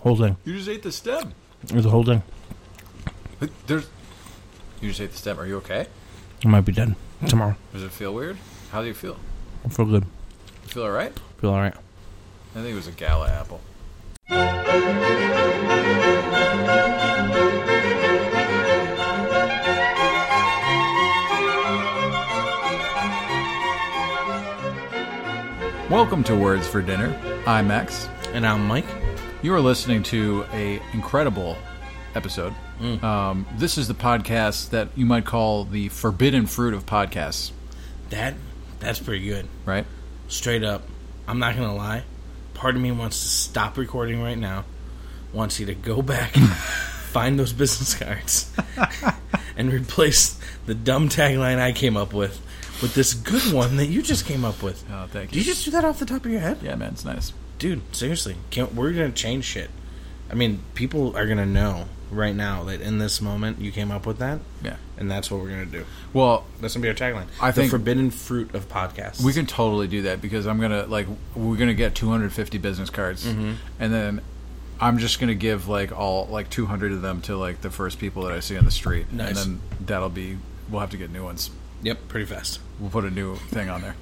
Whole thing. You just ate the stem. It was a whole thing. But There's. You just ate the stem. Are you okay? I might be dead tomorrow. Does it feel weird? How do you feel? I feel good. You feel all right? I feel all right. I think it was a gala apple. Welcome to Words for Dinner. I'm Max. And I'm Mike. You are listening to a incredible episode. Um, this is the podcast that you might call the forbidden fruit of podcasts, That that's pretty good. right? Straight up. I'm not gonna lie. Part of me wants to stop recording right now. Wants you to go back, find those business cards, and replace the dumb tagline I came up with with this good one that you just came up with. Oh, thank Did you just do that off the top of your head? yeah, man, it's nice. Dude, seriously, can't, we're gonna change shit. I mean, people are gonna know right now that in this moment you came up with that, Yeah. and that's what we're gonna do. Well, That's gonna be our tagline. I the think- forbidden fruit of podcasts. We can totally do that because I'm gonna like we're gonna get 250 business cards, and then I'm just gonna give like all like 200 of them to like the first people that I see on the street, and Nice. then that'll be we'll have to get new ones. Yep, pretty fast. We'll put a new thing on there.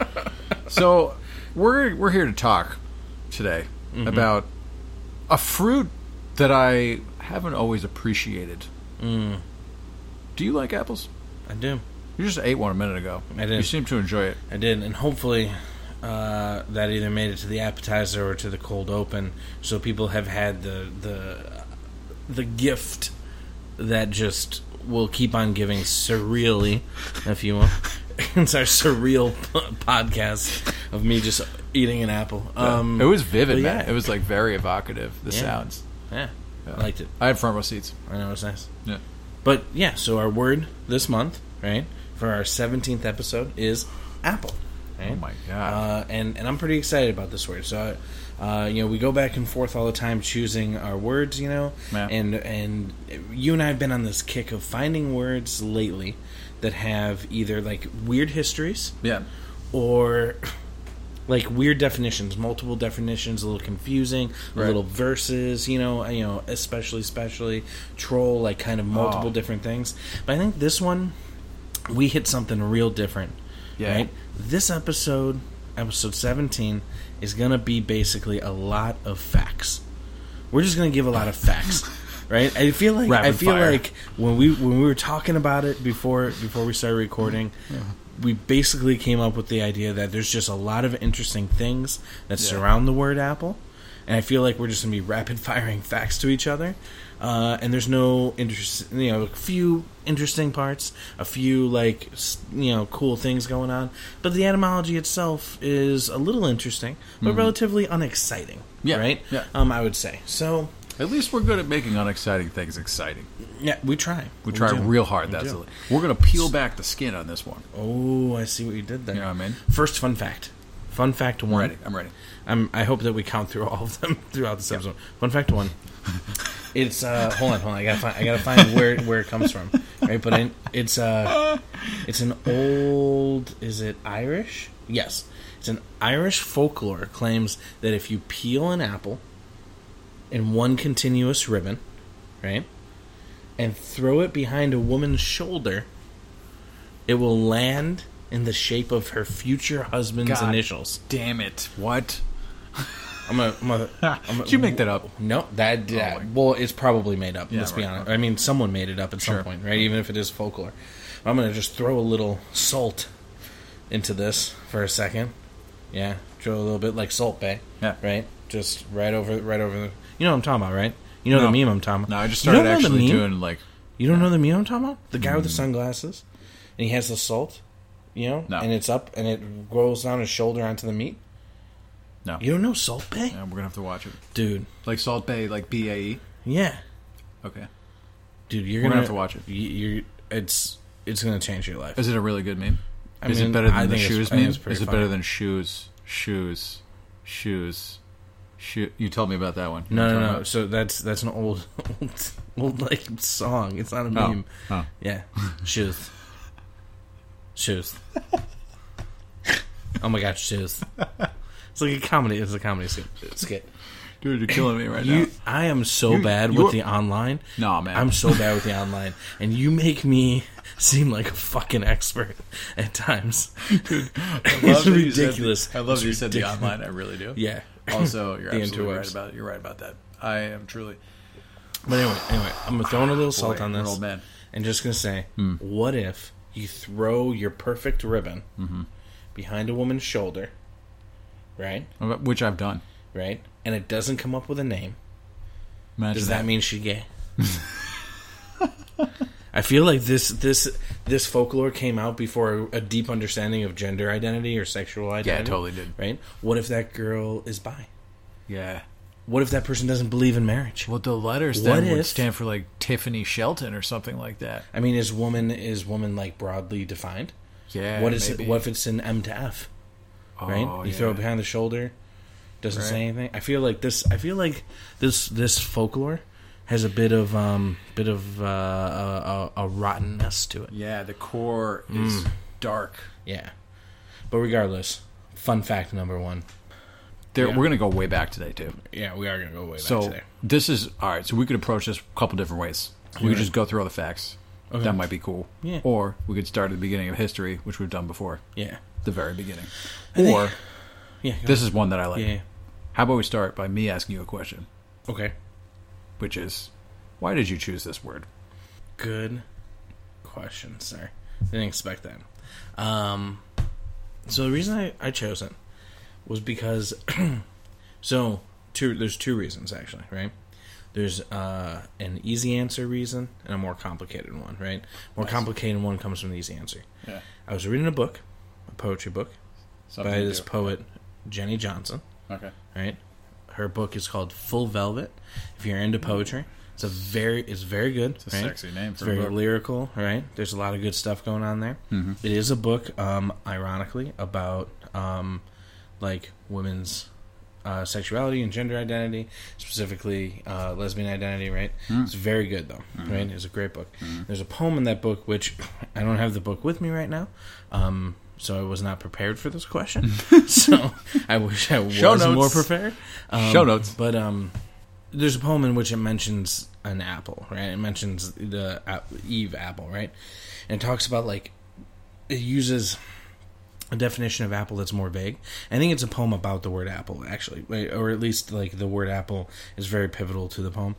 so we're we're here to talk today Mm-hmm. about a fruit that I haven't always appreciated. Mm. Do you like apples? I do. You just ate one a minute ago. I did. You seem to enjoy it. I did, and hopefully uh, that either made it to the appetizer or to the cold open, so people have had the the the gift that just will keep on giving surreally, if you will. it's our surreal p- podcast of me just eating an apple. Um, it was vivid, but man. yeah. It was like very evocative. The Yeah. sounds. yeah, I liked it. I had front row seats. I know it's nice. Yeah. But yeah, so our word this month, right, for our seventeenth episode is apple. Right? Oh my god. Uh, and and I'm pretty excited about this word. So, uh, you know, we go back and forth all the time choosing our words. You know, Yeah. and and you and I have been on this kick of finding words lately that have either like weird histories yeah. or like weird definitions, multiple definitions, a little confusing, Right. a little verses, you know, you know, especially especially troll like kind of multiple Oh. different things. But I think this one we hit something real different. Yeah. This episode, episode 17 is going to be basically a lot of facts. We're just going to give a lot of facts. Right, I feel like I Rapid feel fire. like when we when we were talking about it before before we started recording, we basically came up with the idea that there's just a lot of interesting things that surround the word apple, and I feel like we're just gonna be rapid firing facts to each other, uh, and there's no interest, you know, a few interesting parts, a few like s- you know cool things going on, but the etymology itself is a little interesting, but relatively unexciting. Mm-hmm. Yeah, Right. yeah. Um, I would say so. At least we're good at making unexciting things exciting. Yeah, we try. We try do. real hard. We that's do. it. We're gonna peel back the skin on this one. Oh, I see what you Mm-hmm. did there. You know what I mean? First fun fact. Fun fact one. I'm ready. I'm ready. I'm, I hope that we count through all of them throughout this episode. Fun fact one. It's uh, hold on, hold on. I gotta find, I gotta find where where it comes from, right? But I, it's uh, it's an old. Is it Irish? Yes, it's an Irish folklore claims that if you peel an apple in one continuous ribbon, right, and throw it behind a woman's shoulder, it will land in the shape of her future husband's God. initials. Damn it! What? I'm a, I'm a, I'm a Did you make that up? No, that, that- my- well, it's probably made up. Yeah, let's be right, honest. okay. I mean, someone made it up at Sure. some point, right? Even if it is folklore. I'm gonna just throw a little salt into this for a second. Yeah, throw a little bit like Salt Bay. Yeah. Right. Just right over, right over the. You know what I'm talking about, right? You know No. the meme I'm talking about. No, I just You don't started know the actually meme? doing Mm. like. You don't know the meme I'm talking about? The guy with the sunglasses, and he has the salt. You know, No. and it's up, and it rolls down his shoulder onto the meat. No. You don't know Salt Bay, Yeah, we're gonna have to watch it. dude? Like Salt Bay, like B A E. Yeah, Okay. dude, you're We're gonna, gonna have to watch it. You, you're it's it's gonna change your life. Is it a really good meme? I is mean, it better than I the think it's- shoes I think meme? Is it's pretty it better funny. than shoes? Shoes. Shoes. Shoe. You told me about that one. You know No, what I'm no, talking no. So that's that's an old, old, old like song. It's not a about? meme. Oh. Oh. Yeah, shoes, shoes. Oh my gosh, shoes. It's like a comedy. It's a comedy skit. skit. Dude, you're killing me right now. You, I am so You- bad you- with the online. Nah, man. I'm so bad with the online, and you make me seem like a fucking expert at times. it's that you said- ridiculous. I love It's that you said the ridiculous. online. I really do. Yeah. Also, you're The absolutely right interwebs. about it. You're right about that. I am truly But anyway, anyway, I'm gonna throw in a little salt Boy, Hmm. on we're this, old men. and just gonna say, what if you throw your perfect ribbon Mm-hmm. behind a woman's shoulder, right? which I've done. Right, and it doesn't come up with a name. Imagine Does that. that mean she gay? I feel like this this this folklore came out before a deep understanding of gender identity or sexual identity. totally did. Right? What if that girl is bi? Yeah. What if that person doesn't believe in marriage? Well, the letters What then would if- stand for like Tiffany Shelton or something like that. I mean, is woman is woman like broadly defined? Yeah. what is it, maybe. what if it's an M to F? Right? Oh, you throw yeah. it behind the shoulder, doesn't Right. say anything. I feel like this. I feel like this this folklore has a bit of um bit of uh, a, a, a rottenness to it. Yeah, the core Hmm. is dark. Yeah. But regardless, fun fact number one. There, Yeah. We're gonna go way back today too. Yeah, we are gonna go way back so this is all right. So we could approach this a couple different ways. We could just go through all the facts. That might be cool. Yeah. Or we could start at the beginning of history, which we've done before, Yeah. the very beginning. think- or Yeah. go- this is one that I like. yeah. How about we start by me asking you a question, Okay. which is, why did you choose this word? Good question, sir. Didn't expect that. Um so the reason I, I chose it was because so two there's two reasons actually, right? There's uh, an easy answer reason and a more complicated one, right? More complicated one comes from the easy answer. Yeah. I was reading a book, a poetry book, by this poet Jenny Johnson. okay. Right, her book is called Full Velvet. If you're into poetry, it's a very it's very good. It's a sexy name It's for a very book. Mm-hmm. lyrical. Right, there's a lot of good stuff going on there. It is a book, um, ironically, about um, like women's. Uh, sexuality and gender identity, specifically uh, lesbian identity, right? Mm. It's very good though, Mm-hmm. right? It's a great book. There's a poem in that book which I don't have the book with me right now, um, so I was not prepared for this question. so I wish I was Show notes. more prepared. Um, Show notes. But um, there's a poem in which it mentions an apple, right? It mentions the ap- Eve apple, right? And it talks about like it uses a definition of apple that's more vague. I think it's a poem about the word apple, actually, right? or at least like the word apple is very pivotal to the poem,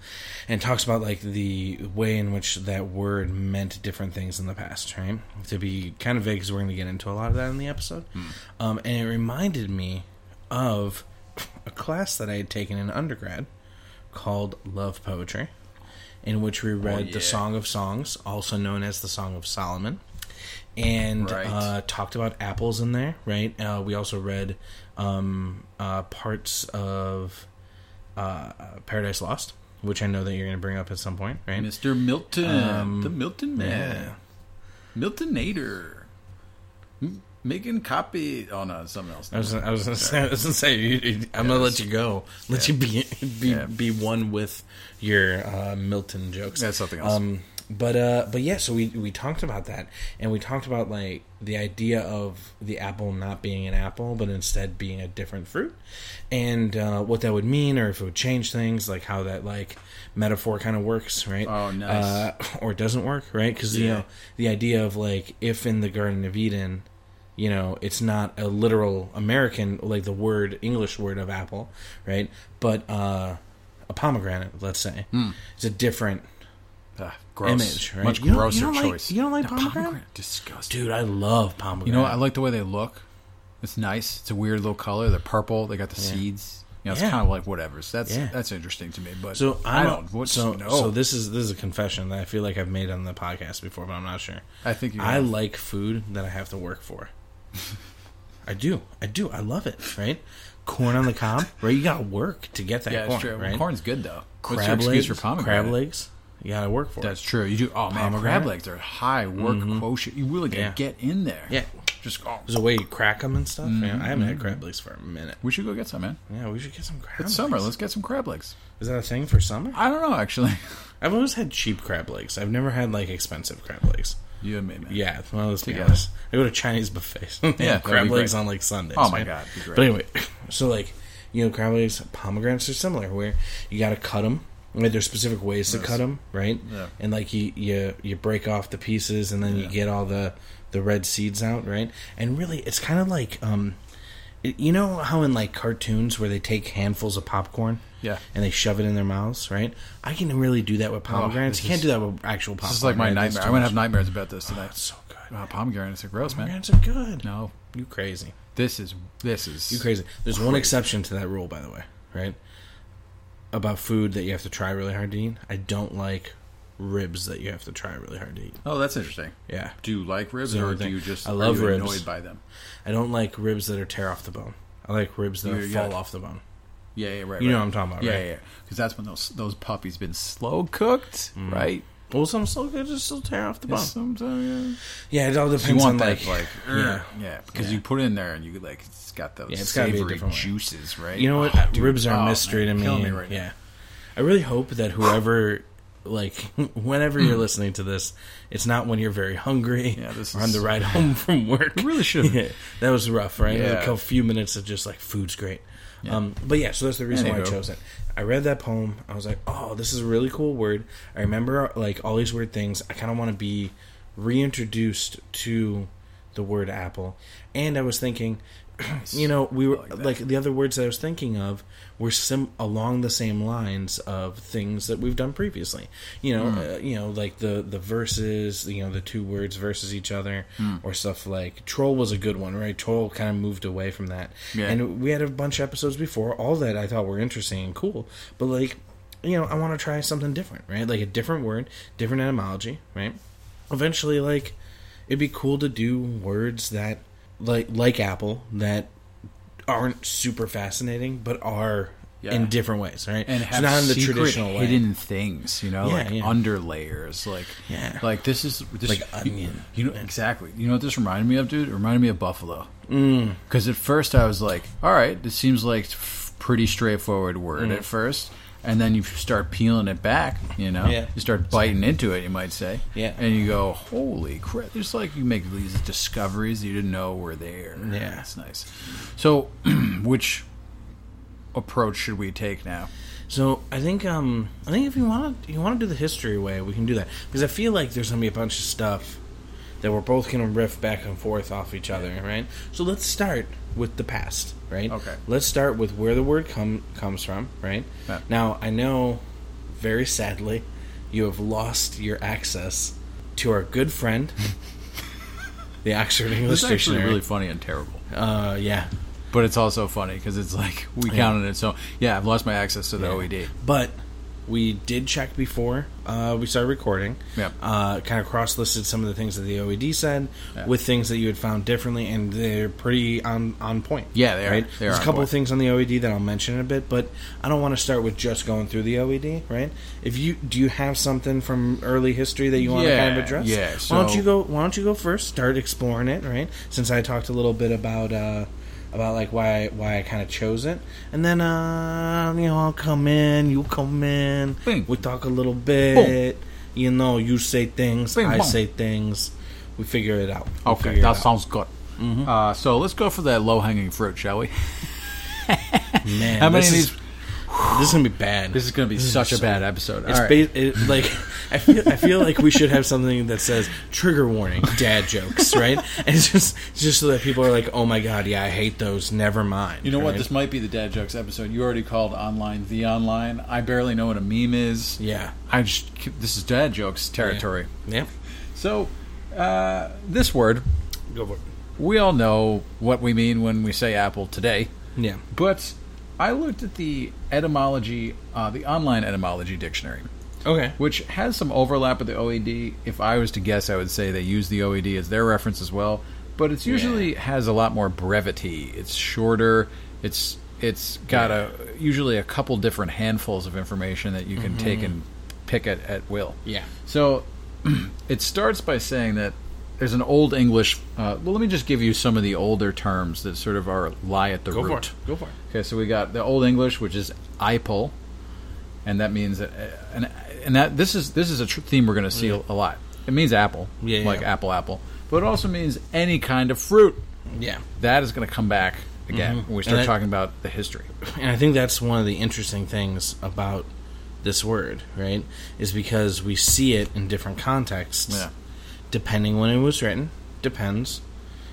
and it talks about like the way in which that word meant different things in the past, right? To be kind of vague, because we're going to get into a lot of that in the episode, um, and it reminded me of a class that I had taken in undergrad called Love Poetry, in which we read yeah. the Song of Songs, also known as the Song of Solomon and Right. uh, talked about apples in there, right? Uh, we also read um, uh, parts of uh, Paradise Lost, which I know that you're going to bring up at some point, right? Mr. Milton, the Milton yeah. man, Milton Nader, M- making copy. Oh no, it's something else. I was, I was gonna say, I was gonna say you, you- I'm gonna let you go, let you be be, Yeah. be one with your uh, Milton jokes. That's something else. Um, but uh, but yeah, so we we talked about that, and we talked about like the idea of the apple not being an apple, but instead being a different fruit, and uh, what that would mean, or if it would change things, like how that like metaphor kind of works, right? Oh, nice. Uh, or it doesn't work, right? Because you Yeah. know the idea of like if in the Garden of Eden you know it's not a literal american like the word english word of apple right but uh a pomegranate let's say it's a different Ah, gross. image, right? Much You don't- you grosser don't like- choice. you don't like The pomegranate? Disgusting. dude i love pomegranate You know, what? I like the way they look. It's nice. It's a weird little color. They're purple. They got the seeds. You know, it's Yeah. kind of like whatever's. That's Yeah. that's interesting to me. But so I I'm- don't. What's, so, no. so this is this is a confession that i feel like i've made on the podcast before but i'm not sure I think you. I have. like food that I have to work for. I do. I do. I love it, right? Corn on the cob, right? You got to work to get that yeah, corn, it's true. right? Corn's good though. crab What's your excuse legs, for pomegranate? crab legs. You got to work for That's it. true. You do. Oh man, crab Pomegranate? legs are high work quotient. You really got to Yeah. get in there. Yeah. Just oh, There's a way you crack them and stuff. Mm-hmm. Yeah, I haven't had crab legs for a minute. we should go get some, man. Yeah, we should get some crab. It's summer. legs. Let's get some crab legs. Is that a thing for summer? I don't know actually. I've always had cheap crab legs. I've never had like expensive crab legs. you and me, man. Yeah, well, let's be Together. honest. I go to Chinese buffets. yeah, that'd crab be legs great. on like Sundays. Oh my right? God, that'd be great. But anyway, so like you know, cranberries, pomegranates are similar, where you got to cut them. Like, there's specific ways to cut them, right? Yeah. And like you, you you break off the pieces, and then you Yeah. get all the the red seeds out, right? And really, it's kind of like um, it- you know how in like cartoons where they take handfuls of popcorn, Yeah. Oh, and they shove it in their mouths, right? I can really do that with pomegranates. this you can't is- do that with actual popcorn. This is like my right? That's nightmare. too I'm gonna much. have nightmares about this tonight. Uh, It's so good. Wow, pomegranates are gross, man. Pomegranates are good. No, You crazy. this is this is You crazy. There's one exception to that rule, by the way, right? About food that you have to try really hard to eat. I don't like ribs that you have to try really hard to eat. Oh, that's interesting. Yeah. Do you like ribs, the or only do thing. you just I are love you ribs. annoyed by them? I don't like ribs that are tear off the bone. I like ribs that You- fall yeah. off the bone. Yeah, yeah, right. You know right. what I'm talking about, yeah, right? Yeah, yeah. Because that's when those those puppies been slow cooked, Mm. right? Well, some still good, just still tear off the bone. Sometimes Yeah, it all depends you want on that, like, er, like, er, yeah. yeah, yeah, because you put it in there and you like it's got those Yeah, it's gotta be a savory different way. juices, right? You know what? Oh, dude. Ribs are Oh, a mystery man, to me. killing and- right now. yeah. I really hope that whoever, like, whenever you're listening to this, it's not when you're very hungry Yeah, this or on the is- ride home from work. We really should've- Yeah, that was rough, right? Yeah. Like a few minutes of just like food's great. Um, but yeah, so that's the reason why I Anywho. chose it. I read that poem. I was like, oh, this is a really cool word. I remember like all these weird things. I kind of want to be reintroduced to the word apple. And I was thinking, you know, we were that. like the other words that I was thinking of were sim along the same lines of things that we've done previously. You know, uh, you know, like the the verses, you know, the two words versus each other, or stuff like troll was a good one, right? Troll kind of moved away from that, Yeah. and we had a bunch of episodes before all that I thought were interesting and cool, but like, you know, I want to try something different, right? Like a different word, different etymology, right? Eventually, like, it'd be cool to do words that like like apple that aren't super fascinating, but are Yeah. in different ways, right? and It's have not in the secret traditional way. hidden things, you know, Yeah, like yeah. under layers, like Yeah. like this is this Like you- onion. You, know exactly. You know what this reminded me of, dude? It reminded me of Buffalo. Mm. Because at first I was like, all right, this seems like f- pretty straightforward word Mm. at first. And then you start peeling it back, you know. Yeah. You start biting into it, you might say. Yeah. And you go, holy crap! It's like you make these discoveries you didn't know were there. Yeah. it's nice. So, which approach should we take now? So I think um I think if you want to you want to do the history way, we can do that because I feel like there's gonna be a bunch of stuff that we're both gonna riff back and forth off each other, right? So let's start with the past, right? Okay. Let's start with where the word come comes from, right? Yeah. Now I know, very sadly, you have lost your access to our good friend, the Oxford English This is actually Dictionary. really funny and terrible. uh, yeah. But it's also funny because it's like we counted it. So yeah, I've lost my access to the E OED. But we did check before uh, we started recording. Yep. Uh, kind of cross listed some of the things that the OED said Yeah. with things that you had found differently, and they're pretty on on point. Yeah, they are. Right? They are There's on a couple point. of things on the OED that I'll mention in a bit, but I don't want to start with just going through the OED. Right? If you do, you have something from early history that you want to kind Yeah, of address. yeah, why don't so- you go? Why don't you go first? Start exploring it. Right? Since I talked a little bit about. Uh, about like why why I kind of chose it, and then uh, you know I'll come in, you come in, Bing. we talk a little bit, you know you say things, Bing I bong. say things, we figure it out. We Okay, figure that it out. sounds good. Uh, so let's go for that low hanging fruit, shall we? man. How many this of is, these? This is gonna be bad. This is going to be such a bad episode. It's All right. ba- it, like I feel I feel like we should have something that says trigger warning, dad jokes, right? And it's just it's just so that people are like, oh my god, yeah, I hate those. Never mind. you know what? right? This might be the dad jokes episode. You already called online the online. I barely know what a meme is. yeah, I just this is dad jokes territory. yeah, So uh, this word, go for it. we all know what we mean when we say apple today. Yeah, But I looked at the etymology, uh, the online etymology dictionary, okay, which has some overlap with the OED. If I was to guess, I would say they use the OED as their reference as well. But it's usually has a lot more brevity. It's shorter. It's it's got a usually a couple different handfuls of information that you can Mm-hmm. take and pick at at will. yeah, So it starts by saying that there's an old English. Uh, well, let me just give you some of the older terms that sort of are lie at the go root. for it, go for it. Okay, so we got the Old English, which is "iple," and that means that, and and that this is this is a tr- theme we're going to see a a lot. It means apple, Yeah, yeah, like yeah. apple, apple, but it also means any kind of fruit. Yeah, Mm-hmm. That is going to come back again when we start And I- talking about the history. And I think that's one of the interesting things about this word, right? Is because we see it in different contexts, Yeah. depending when it was written. Depends.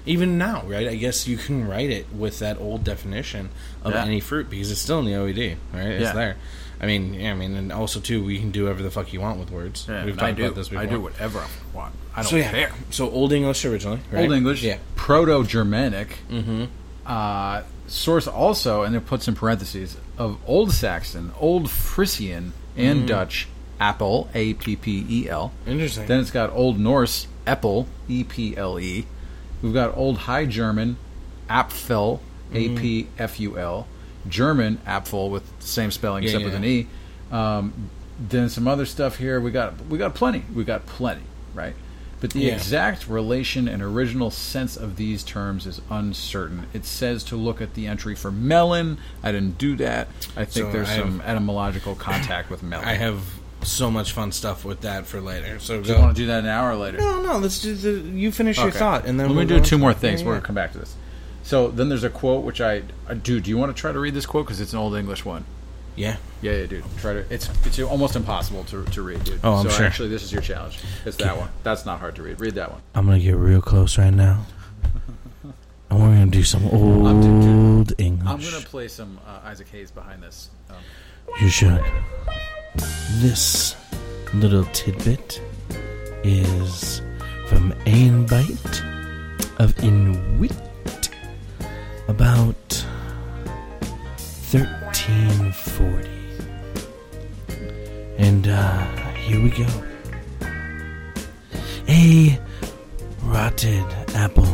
Even now, right? I guess you can write it with that old definition of Yeah. any fruit because it's still in the OED, right? It's Yeah. there. I mean, yeah, I mean, and also too, we can do whatever the fuck you want with words. We've And I talked do. about this before. I do whatever I want. I don't So yeah, care. so Old English originally, right? Old English, yeah. Proto Germanic. Uh, source also, and it puts in parentheses of Old Saxon, Old Frisian, and Dutch. Apple, A P P E L. Interesting. Then it's got Old Norse, Epple, E P L E. We've got Old High German, Apfel, Mm-hmm. A P F U L. German, Apfel, with the same spelling Yeah, except with yeah. an E. Um, then some other stuff here. We got we got plenty. We got plenty, right? But the Yeah. exact relation and original sense of these terms is uncertain. It says to look at the entry for melon. I didn't do that. I think So there's I have- some etymological contact with melon. I have so much fun stuff with that for later. So Do go. you want to do that an hour later? No, no. Let's do the. You finish your Okay. thought, and then let me we'll do go two on. more things. Yeah, We're yeah. gonna come back to this. So then there's a quote which I, I do. Do you want to try to read this quote because it's an old English one? Yeah. Yeah, yeah, dude. Try to. It's it's almost impossible to, to read, dude. Oh, I'm so sure. actually, this is your challenge. It's that one. That's not hard to read. Read that one. I'm gonna get real close right now. And we're gonna do some old I'm doing- English. Oh, I'm gonna play some uh, Isaac Hayes behind this. Um, You should. This little tidbit is from Ain Bite of Inuit about 1340. And uh, here we go. A rotted apple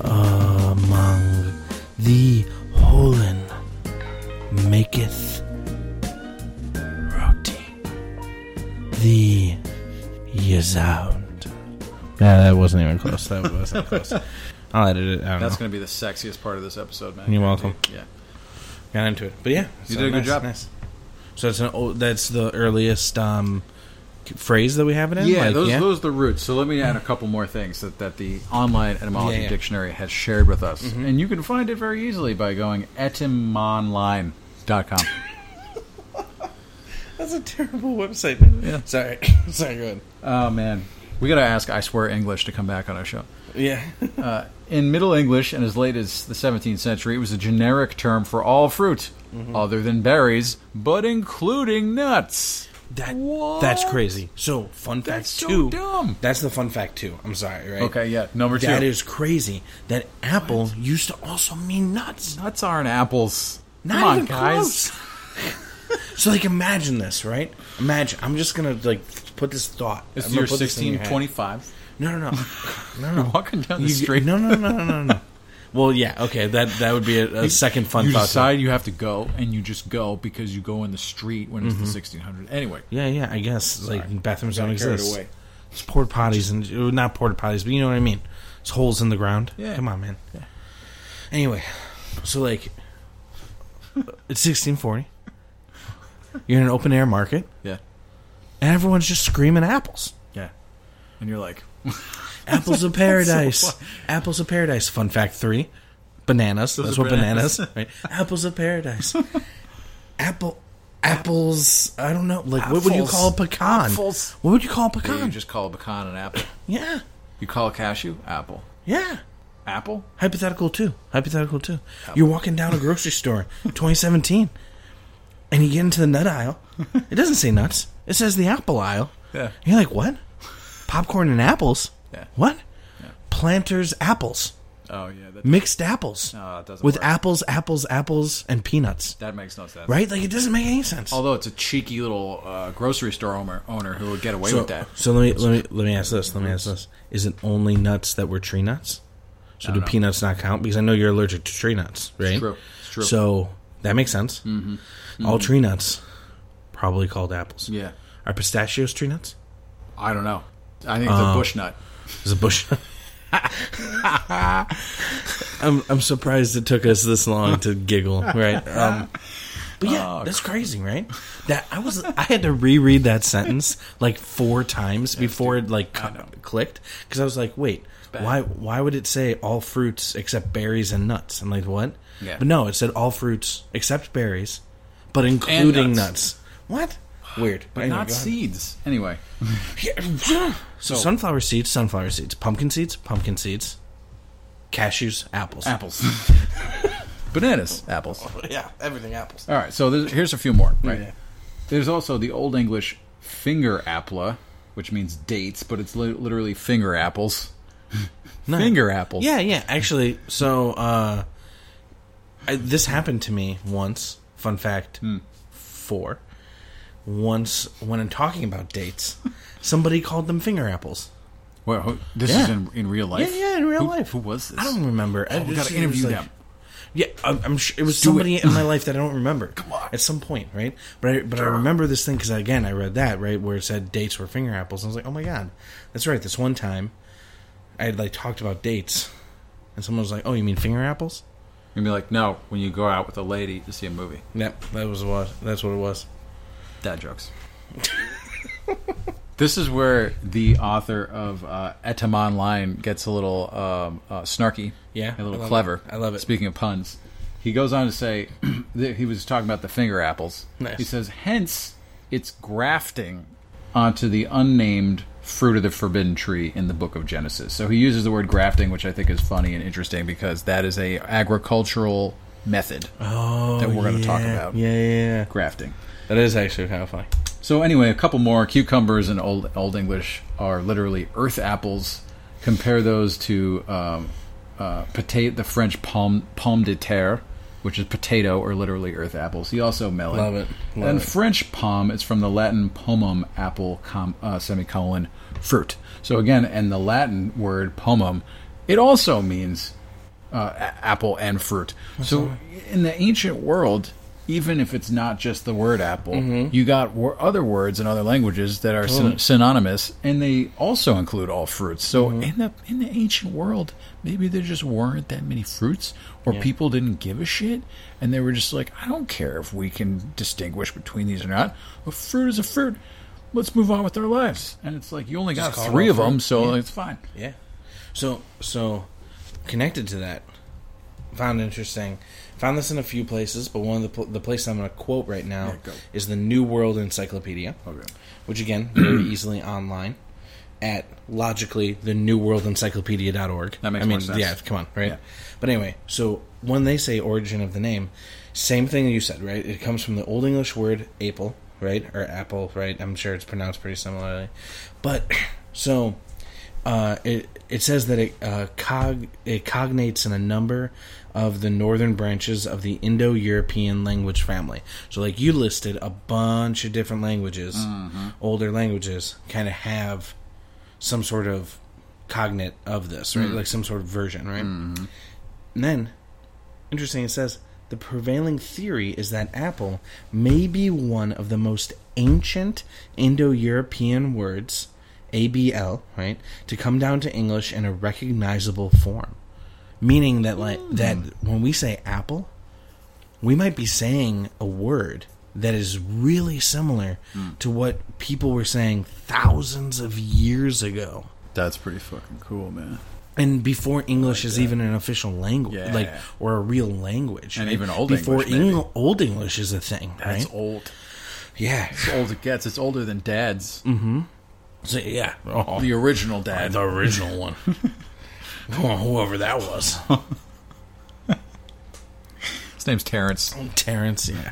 among the holen maketh Roti. The Yezound. Yeah, that wasn't even close. That wasn't close. I'll edit it. I don't that's know. gonna be the sexiest part of this episode, man. You're welcome. Yeah. Got into it, but yeah, so did a good nice, job. Nice. So that's an old, that's the earliest um, phrase that we have it in. Yeah, Like, those those are the roots. So let me add a couple more things that, that the online etymology Yeah, Mm-hmm. yeah. dictionary has shared with us, and you can find it very easily by going etymonline.com. That's a terrible website. Yeah. Sorry. Sorry. Go ahead. oh man, we gotta ask I swear English to come back on our show. Yeah. Uh, in Middle English and as late as the 17th century, it was a generic term for all fruit, Mm-hmm. other than berries, but including nuts. That What? that's crazy. So fun fact That's so two. dumb. That's the fun fact two. I'm sorry. Right. Okay, yeah, number two. That is crazy. That apple used to also mean nuts. nuts aren't apples. Not come on, even guys. close. so like, imagine this, right? Imagine. I'm just gonna like put this thought. It's I'm the year gonna put this in your head. 1625. No, no, no, no, no. Walking down the You- street. No, no, no, no, no, no. Well, yeah, okay. That that would be a, a second fun you thought. decide you have to go, and you just go because you go in the street when it's Mm-hmm. the 1600s. Anyway, Yeah, yeah. I guess like bathrooms don't Got carried exist. away. It's porta potties and uh, not porta potties, but you know what I mean. It's holes in the ground. Yeah. Come on, man. Anyway, so like, it's 1640. You're in an open air market, yeah, and everyone's just screaming apples. yeah, and you're like, Apples of paradise. Apples of paradise. Fun fact three. Bananas. That's are what bananas. bananas. right? Apples of paradise. Apple. Apples. I don't know. Like what would you Apples. call a pecan? Apples. What would you call a you pecan? just call a pecan an apple. yeah. You call a cashew apple. Yeah. Apple. Hypothetical too. Hypothetical too. You're walking down a grocery store, 2017, and you get into the nut aisle. It doesn't say nuts. It says the apple aisle. Yeah. You're like, what? Popcorn and apples. Yeah. What? Planters apples. Oh yeah, that, mixed apples No, it doesn't with work. apples, apples, apples, and peanuts. that makes no sense. Right? Like it doesn't make any sense. Although it's a cheeky little uh, grocery store owner, owner who would get away so, with that. so let me let me let me ask this. Let me ask this: Is it only nuts that were tree nuts? So do peanuts not count? Because I know you're allergic to tree nuts, right? true. It's true. Mm-hmm. So that makes sense. All tree nuts probably called apples. Yeah, Are pistachios tree nuts? I don't know. I think it's Um, a bush nut. Is a bush? I'm I'm surprised it took us this long to giggle, right? Um, but yeah, Oh, that's crazy, right? That I was I had to reread that sentence like four times before it like cu- clicked because I was like, wait, bad. why why would it say all fruits except berries and nuts? I'm like, what? Yeah. But no, it said all fruits except berries, but including nuts. nuts. What? Weird. But Anyway, not go ahead. seeds. Anyway, So sunflower seeds, sunflower seeds, pumpkin seeds, pumpkin seeds, cashews, apples. apples, bananas, apples. Yeah, everything apples. All right, so there's, here's a few more. Right. Yeah. There's also the Old English finger apple, which means dates, but it's li- literally finger apples. Finger apples. Yeah, yeah. Actually, so uh, I, this happened to me once. Fun fact Hmm. four. Once, when I'm talking about dates, somebody called them finger apples. Well, who- this Yeah. is in, in real life. Yeah, yeah, in real Who- life. Who was this? Oh, I don't remember. I We just- gotta it was interview like- them. Yeah, I'm, I'm sure it was do somebody it. in my life that I don't remember. Come on. At some point, right? But I, but I remember this thing because again, I read that right where it said dates were finger apples. And I was like, oh my god, that's right. This one time, I had like talked about dates, and someone was like, oh, you mean finger apples? You'd be like, no, when you go out with a lady to see a movie. Yep, that was what. That's what it was. Dad jokes. this is where the author of uh, Etem Online gets a little um, uh, snarky, Yeah, a I love little it. clever. I love it. Speaking of puns, he goes on to say that he was talking about the finger apples. Nice. He says, hence it's grafting onto the unnamed fruit of the forbidden tree in the book of Genesis. So he uses the word grafting, which I think is funny and interesting because that is a agricultural method Oh, that we're going to talk yeah. about. Yeah, yeah, yeah. Grafting. That is actually kind of funny. So anyway, a couple more cucumbers in old Old English are literally earth apples. Compare those to um, uh, potato, the French pomme pomme de terre, which is potato or literally earth apples. He also melon. Love it. Love and it. French pomme is from the Latin pomum, apple, com, uh, semicolon, fruit. So again, and the Latin word pomum, it also means uh, a- apple and fruit. so in the ancient world, even if it's not just the word apple, Mm-hmm. you got wor- other words in other languages that are syn- synonymous, and they also include all fruits. So Mm-hmm. in the in the ancient world, maybe there just weren't that many fruits, or people didn't give a shit, and they were just like, I don't care if we can distinguish between these or not. A fruit is a fruit. Let's move on with our lives. And it's like you only got call it three all of them, fruit. so it's fine. Yeah. So so connected to that, found interesting. Found this in a few places, but one of the pl- the place I'm going to quote right now go. is the New World Encyclopedia, Okay. which again very easily online at logically the New World Encyclopedia.org. That makes I mean, more sense. yeah, come on, right? Yeah. But anyway, so when they say origin of the name, same thing you said, right? It comes from the Old English word apple, right, or apple, right? I'm sure it's pronounced pretty similarly, but so uh, it it says that it uh, cog it cognates in a number of the northern branches of the Indo-European language family. So, like you listed, a bunch of different languages, Mm-hmm. older languages, kind of have some sort of cognate of this, right? Like some sort of version, right? And then, interesting, it says the prevailing theory is that apple may be one of the most ancient Indo European words, ABL, right, to come down to English in a recognizable form. Meaning that, like, that when we say apple, we might be saying a word that is really similar to what people were saying thousands of years ago That's pretty fucking cool, man. and before English is even an official language, Yeah. like or a real language, And right? even Old before English, maybe. Eng- Old English is a thing, That's right? old. Yeah, It's old it gets. It's older than dad's. So, yeah, Oh, The original dad. the original one, Oh, whoever that was, His name's Terrence. Terrence. Yeah,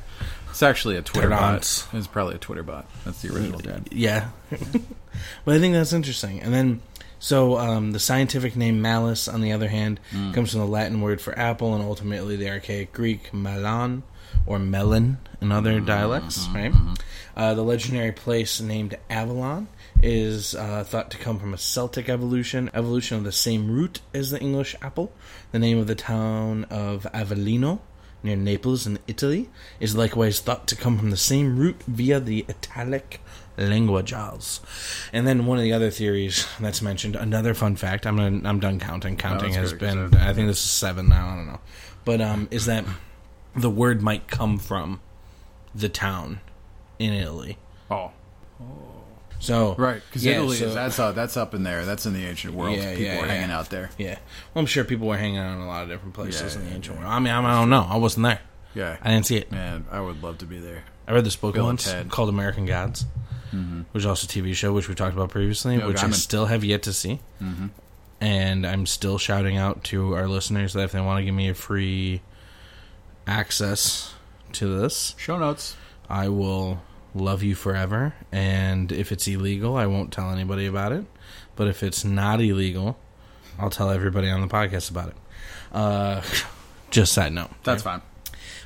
It's actually a Twitter Terrence. bot. It's probably a Twitter bot. That's the original dad. yeah. but I think that's interesting. And then, so um, the scientific name malice, on the other hand, comes from the Latin word for apple, and ultimately the archaic Greek melon or melon in other dialects. Right. Uh, the legendary place named Avalon is uh, thought to come from a Celtic evolution, evolution of the same root as the English apple. The name of the town of Avellino. Near Naples in Italy is likewise thought to come from the same root via the Italic languages. And then one of the other theories that's mentioned, another fun fact. I'm gonna, I'm done counting. Counting Oh, that's has good, been. 'cause I think this is seven now. I don't know, but um, is that the word might come from the town in Italy? Oh. So Right, because yeah, Italy so- is that's up, that's up in there. That's in the ancient world. Yeah, People yeah, were yeah. hanging out there. Yeah, well, I'm sure people were hanging out in a lot of different places Yeah, in the yeah, ancient world. I mean, I, I don't know. I wasn't there. Yeah, I didn't see it. man, I would love to be there. I read this book Bill and once Ted. Mm-hmm. called American Gods, which is also a TV show, which we talked about previously, Neil which I Gaiman. still have yet to see. Mm-hmm. And I'm still shouting out to our listeners that if they want to give me a free access to this, Show notes. I will love you forever. And if it's illegal, I won't tell anybody about it. But if it's not illegal, I'll tell everybody on the podcast about it. Uh, just side note. That's right? fine.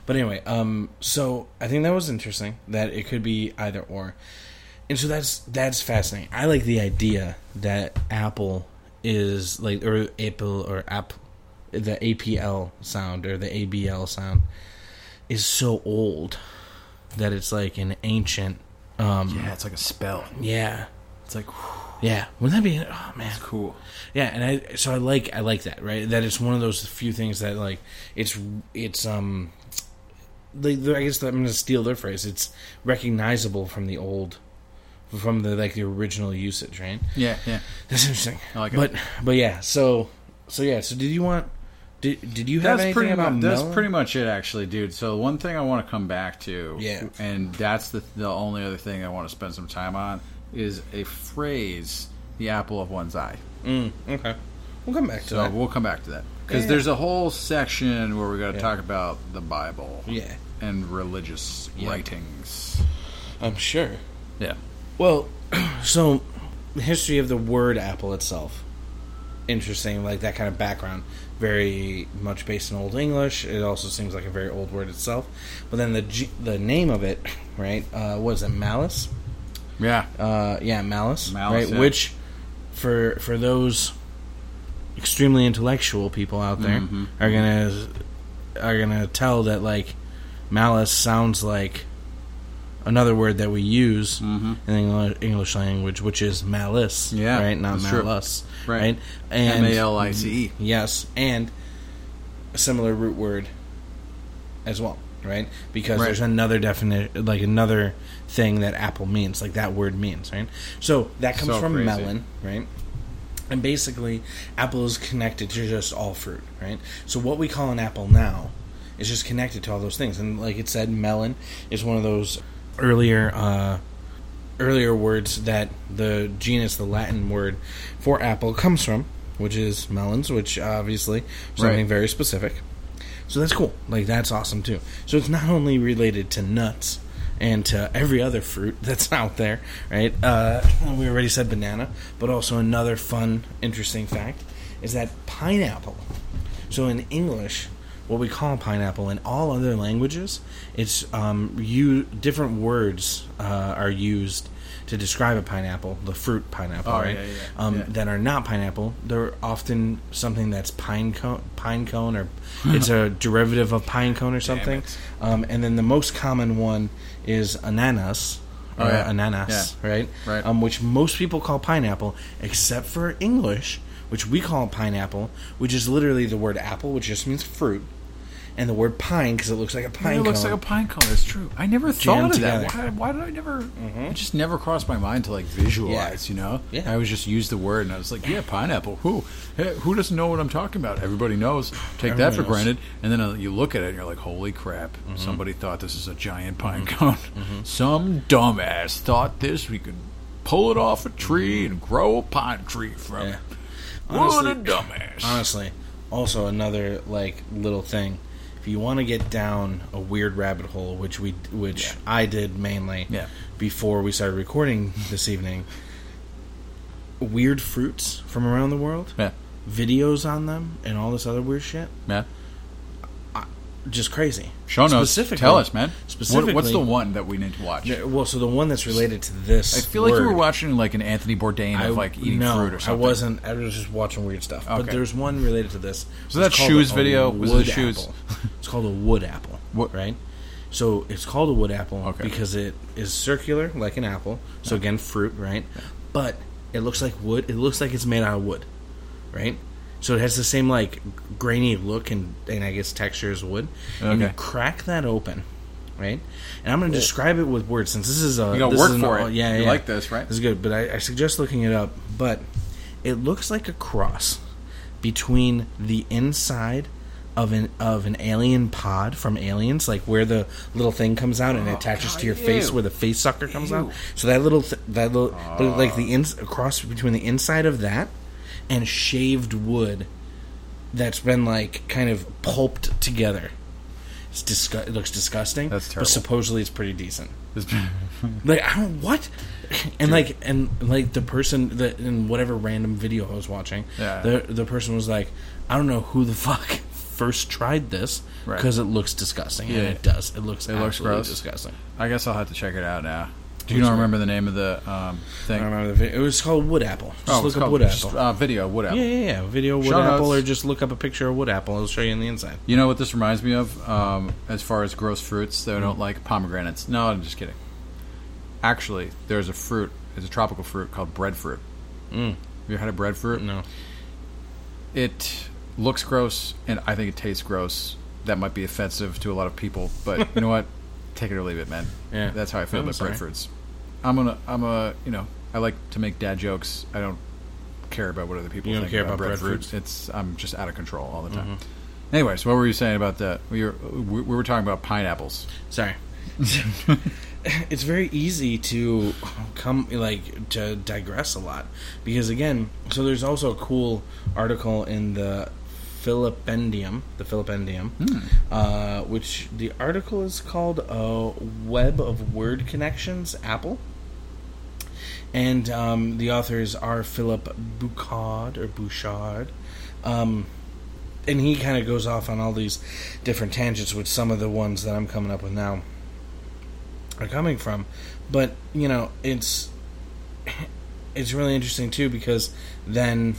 But anyway, um, so I think that was interesting that it could be either or, and so that's that's fascinating. I like the idea that Apple is like or Apple or app, the APL sound or the ABL sound is so old that it's like an ancient. Um, Yeah, it's like a spell. yeah, It's like whew, yeah. Wouldn't that be? Oh man, cool. yeah, and I so I like I like that right. That it's one of those few things that like it's it's um, like I guess I'm gonna steal their phrase. It's recognizable from the old, from the like the original usage, right? Yeah, yeah. That's interesting. I like it. but but yeah, so so yeah, so did you want? Did, did you have That's anything pretty about much. That's Melon? pretty much it, actually, dude. So one thing I want to come back to, Yeah. and that's the the only other thing I want to spend some time on is a phrase, the apple of one's eye. okay. We'll come back to So that. we'll come back to that because Yeah. there's a whole section where we're going to Yeah. talk about the Bible yeah, and religious Yeah. writings. I'm sure. Yeah. Well, so the history of the word apple itself. Interesting, like that kind of background. Very much based in Old English. It also seems like a very old word itself. But then the G- the name of it, right? Uh, was it malice? Yeah. Uh, yeah, malice. Malice, right, yeah. which for for those extremely intellectual people out there Mm-hmm. are gonna are gonna tell that like malice sounds like another word that we use Mm-hmm. in the Engl- English language, which is malice. Yeah, right, not that's true. malice. Right. Right, and M A L I C E. Yes, and a similar root word as well, right? Because Right. there's another definition, like another thing that apple means, like that word means, right? So that comes So from crazy. melon, right? And basically, apple is connected to just all fruit, right? So what we call an apple now is just connected to all those things. And like it said, melon is one of those earlier uh, earlier words that the genus, the Latin word for apple, comes from, which is melons, which obviously is something Right. very specific. So that's cool. Like that's awesome too. So it's not only related to nuts and to every other fruit that's out there, right? Uh, we already said banana, but also another fun, interesting fact is that pineapple. So in English, what we call pineapple in all other languages, it's um, you different words uh, are used to describe a pineapple, the fruit pineapple, Oh, right? yeah, yeah, um, yeah. That are not pineapple. They're often something that's pine cone, pine cone, or it's a derivative of pine cone or something. it. Um, and then the most common one is ananas. Oh, or yeah. Ananas, right? Right. Um, which most people call pineapple, except for English, which we call pineapple, which is literally the word apple, which just means fruit, and the word pine because it looks like a pine It cone. looks like a pine cone. It's true. I never thought of that. Why, together. Mm-hmm. why did I never? It just never crossed my mind to like visualize. You know, Yeah. I was just used the word, and I was like, "Yeah, pineapple. Who? Hey, who doesn't know what I'm talking about? Everybody knows. Take that Everybody for knows. Mm-hmm. granted." And then uh, you look at it, and you're like, "Holy crap! Somebody thought this is a giant pine cone. Some dumbass thought this. We could pull it off a tree and grow a pine tree from Mm-hmm. Yeah. it. What a Honestly- dumbass! Honestly, also another like little thing. If you want to get down a weird rabbit hole, which we which Yeah. I did mainly Yeah. before we started recording this evening, weird fruits from around the world, Yeah, videos on them, and all this other weird shit, man. just crazy. Show notes. Specifically- Tell us, man. Specifically, what, what's the one that we need to watch? Yeah, Well, so the one that's related to this, I feel like you were word- watching like an Anthony Bourdain of like eating no, fruit or something. I wasn't. I was just watching weird stuff. But Okay. there's one related to this. So that It's called shoes a video was the wood shoes. apple. it's called a wood apple, What- right? So it's called a wood apple Okay. because it is circular like an apple. So again, fruit, right? But it looks like wood. It looks like it's made out of wood, right? So it has the same like grainy look and and I guess texture as wood. And you Okay. crack that open, right? And I'm going to describe it with words since this is a You gotta this work is an- for it. Yeah, You yeah. like this, right? This is good, but I, I suggest looking it up. But it looks like a cross between the inside of an of an alien pod from Aliens, like where the little thing comes out and attaches to your face, Oh, ew. where the face sucker comes Ew. Oh. out. So that little th- that little like the ins a cross between the inside of that and shaved wood that's been like kind of pulped together. It's disgu- it looks disgusting. That's But terrible. Mm-hmm. supposedly it's pretty decent. It's- Like I don't what, and like and like the person that in whatever random video I was watching, Yeah. the the person was like, I don't know who the fuck first tried this Right. because it looks disgusting. Yeah. And it does. It looks looks absolutely gross. disgusting. I guess I'll have to check it out now. Do you not remember the name of the um, I thing? don't remember the video. It was called Wood Apple. Just Oh, look it's up called Wood just, Apple. uh, video Wood Apple. yeah, yeah, yeah. Video Wood Show Apple, notes. or just look up a picture of Wood Apple. It'll show you in the inside. You know what this reminds me of? Um, as far as gross fruits that I don't like, pomegranates. No, I'm just kidding. Actually, there's a fruit. It's a tropical fruit called breadfruit. Mm. Have you had a breadfruit? No, It looks gross, and I think it tastes gross. That might be offensive to a lot of people, but you know what? Take it or leave it, man. Yeah. that's how I feel I'm about sorry. breadfruits. I'm gonna. I'm a. You know, I like to make dad jokes. I don't care about what other people You don't think care about, about breadfruit. breadfruits? Mm-hmm. It's. I'm just out of control all the time. Anyways, what were you saying about that? We were we we were talking about pineapples. sorry. it's very easy to come like to digress a lot because again, so there's also a cool article in the Philippendium, the Philippendium, uh, which the article is called uh, "Web of Word Connections." Apple. and um, the authors are Philip Bouchard or Bouchard, um, and he kind of goes off on all these different tangents, which some of the ones that I'm coming up with now are coming from. But you know, it's it's really interesting too because then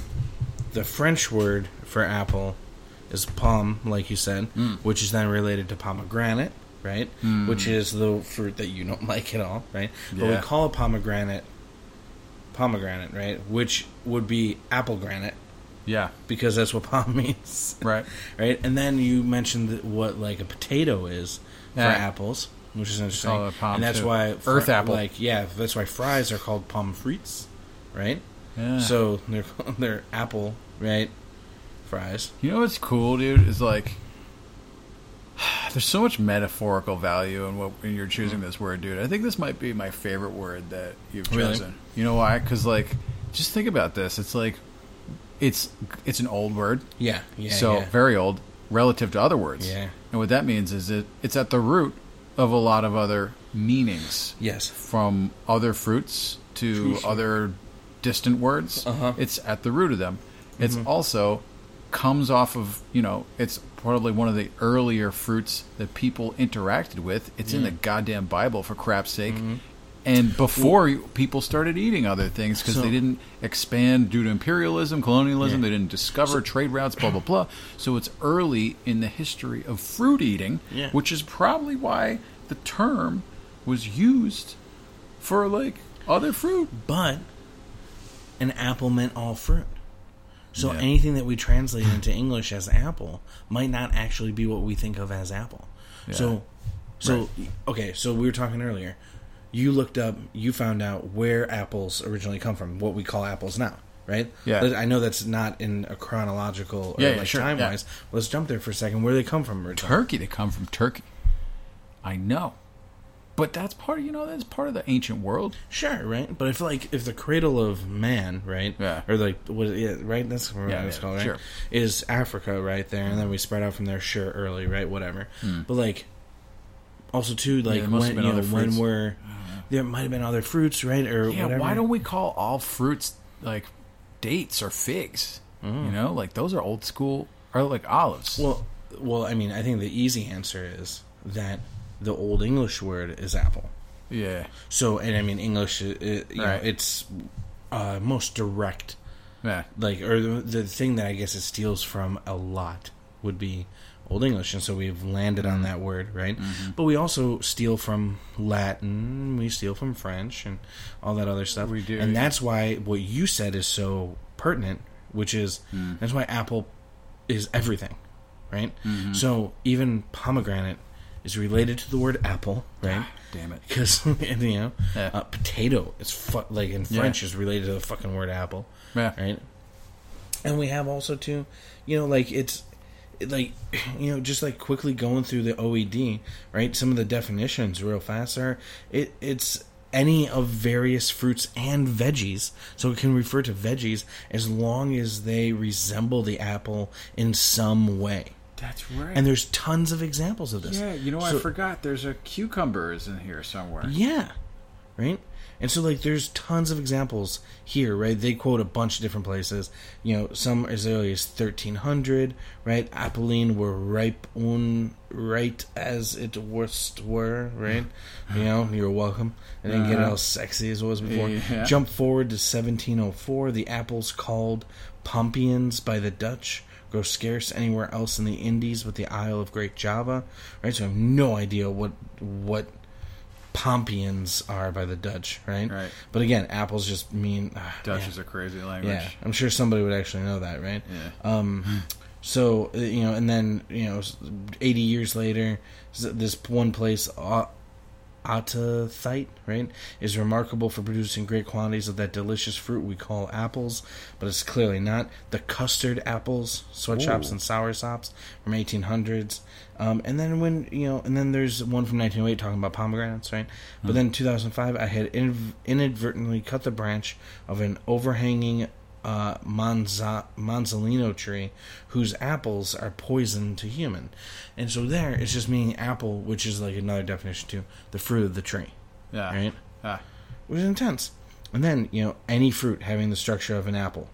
the French word for apple is palm, like you said, which is then related to pomegranate, right? Which is the fruit that you don't like at all, right? But we Yeah. call a pomegranate pomegranate, right? Which would be apple granite Yeah, because that's what palm means, right. right? And then you mentioned that what like a potato is for Yeah. apples, which is interesting, called a palm and that's too. why Earth apple. like yeah, that's why fries are called palm frites, right? Yeah. So they're they're apple right fries. You know what's cool, dude? Is like there's so much metaphorical value in what when you're choosing this word, dude. I think this might be my favorite word that you've Really? chosen. You know why? Because like, just think about this. It's like it's it's an old word, Yeah, yeah. so yeah. very old relative to other words. Yeah. And what that means is it it's at the root of a lot of other meanings. yes, from other fruits to other distant words. Uh-huh. Mm-hmm. It's at the root of them. It's also comes off of you know it's probably one of the earlier fruits that people interacted with. It's in the Mm. goddamn Bible for crap's sake. Mm-hmm. And before you people started eating other things because So- they didn't expand due to imperialism, colonialism, they didn't discover trade routes, blah blah blah. So it's early in the history of fruit eating, Yeah. which is probably why the term was used for like other fruit. but an apple meant all fruit. So Yeah. anything that we translate into English as apple might not actually be what we think of as apple. So, so okay. So we were talking earlier. You looked up. You found out where apples originally come from. What we call apples now, right? Yeah. Let- I know that's not in a chronological or Yeah, yeah, like sure, yeah. time wise. Let's jump there for a second. Where they come from originally? Turkey to come from Turkey. I know. But that's part you know, that's part of the ancient world. Sure, right? But I feel like if the cradle of man, right? Yeah. Or like what? Yeah, right. That's what Yeah, it's yeah, called, right? sure. Is Africa right there, and then we spread out from there. Sure, early, right? Whatever. But like, also too, like Hmm. there must have when you been know, other fruits. when we're there might have been other fruits, right? Or Yeah, whatever. why don't we call all fruits like dates or figs? You know, like those are old school or like olives. Mm. Well, well, I mean, I think the easy answer is that the old English word is apple. yeah. So, and I mean, English, uh uh you Right. know, it's uh, most direct Yeah. like or the, the thing that I guess it steals from a lot would be Old English, and so we've landed on that word, right? Mm-hmm. But we also steal from Latin, we steal from French, and all that other stuff. We do, and yeah. that's why what you said is so pertinent, which is Mm. that's Mm-hmm. why apple is everything, right? So even pomegranate is related to the word apple, right? Damn it. Because you know, Ah. Yeah. uh, potato is fu- like in Yeah. French is related to the fucking word apple, Yeah. right? And we have also too, you know, like it's it, like you know, just like quickly going through the OED, right? Some of the definitions real fast are it it's any of various fruits and veggies, so it can refer to veggies as long as they resemble the apple in some way. That's right. And there's tons of examples of this. yeah, you know, I So- forgot there's a cucumber is in here somewhere. Yeah. Right? And so like there's tons of examples here, right? They quote a bunch of different places. You know, some as early as thirteen hundred, right? Apolline were ripe un right as it worst were, right? You know, you're welcome. And then get Uh-huh. all sexy as it was before. Yeah. Jump forward to seventeen oh four, the apples called Pompians by the Dutch grow scarce anywhere else in the Indies but the Isle of Great Java. Right, so I have no idea what what Pompians are by the Dutch, right? Right. But again, apples just mean ah, Dutch man. is a crazy language. Yeah, I'm sure somebody would actually know that, right? Yeah. Um, so uh, you know, and then you know, s- 80 years later, s- this one place, Au- Atathite, right, is remarkable for producing great quantities of that delicious fruit we call apples, but it's clearly not the custard apples, sweatshops, Ooh. and sour sops from 1800s. Um, and then when you know, and then there's one from 1908 talking about pomegranates, right? But Mm-hmm. then 2005, I had inv- inadvertently cut the branch of an overhanging uh, Monza- Monzolino tree, whose apples are poison to human. And so there, it's just meaning apple, which is like another definition too, the fruit of the tree, Yeah. right? Ah, Which is intense. And then you know, any fruit having the structure of an apple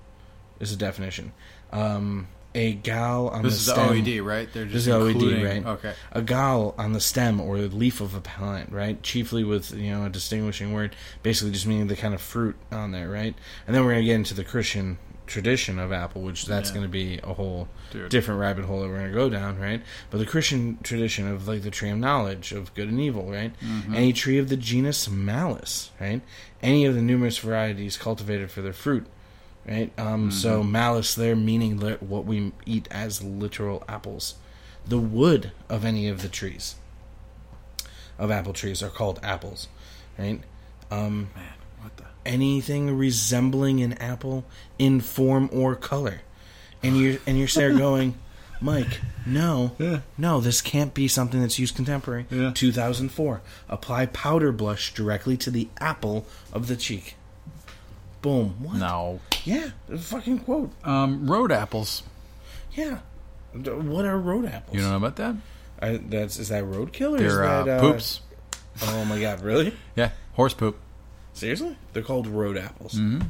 is a definition. Um, a gal on this the is the E stem, OED, right? They're This just is the OED, including, right? Okay. A gall on the stem or leaf of a plant, right? Chiefly with, you know, a distinguishing word, basically just meaning the kind of fruit on there, right? And then we're going to get into the Christian tradition of apple, which that's Yeah. going to be a whole Dude. different rabbit hole that we're going to go down, right? But the Christian tradition of, like, the tree of knowledge of good and evil, right? Any tree of the genus Malus, right? Any of the numerous varieties cultivated for their fruit. Right, um, so malice there meaning li- what we eat as literal apples the wood of any of the trees of apple trees are called apples right um, Man, what the? anything resembling an apple in form or color and you're and you're there going mike no Yeah. no this can't be something that's used contemporary Yeah. 2004 apply powder blush directly to the apple of the cheek boom what No. yeah a fucking quote Um, road apples. yeah D- what are road apples You don't know about that? I, that's is that roadkill or is They're that uh, poops. Oh my god, really? Yeah, horse poop. Seriously? They're called road apples. Mm-hmm.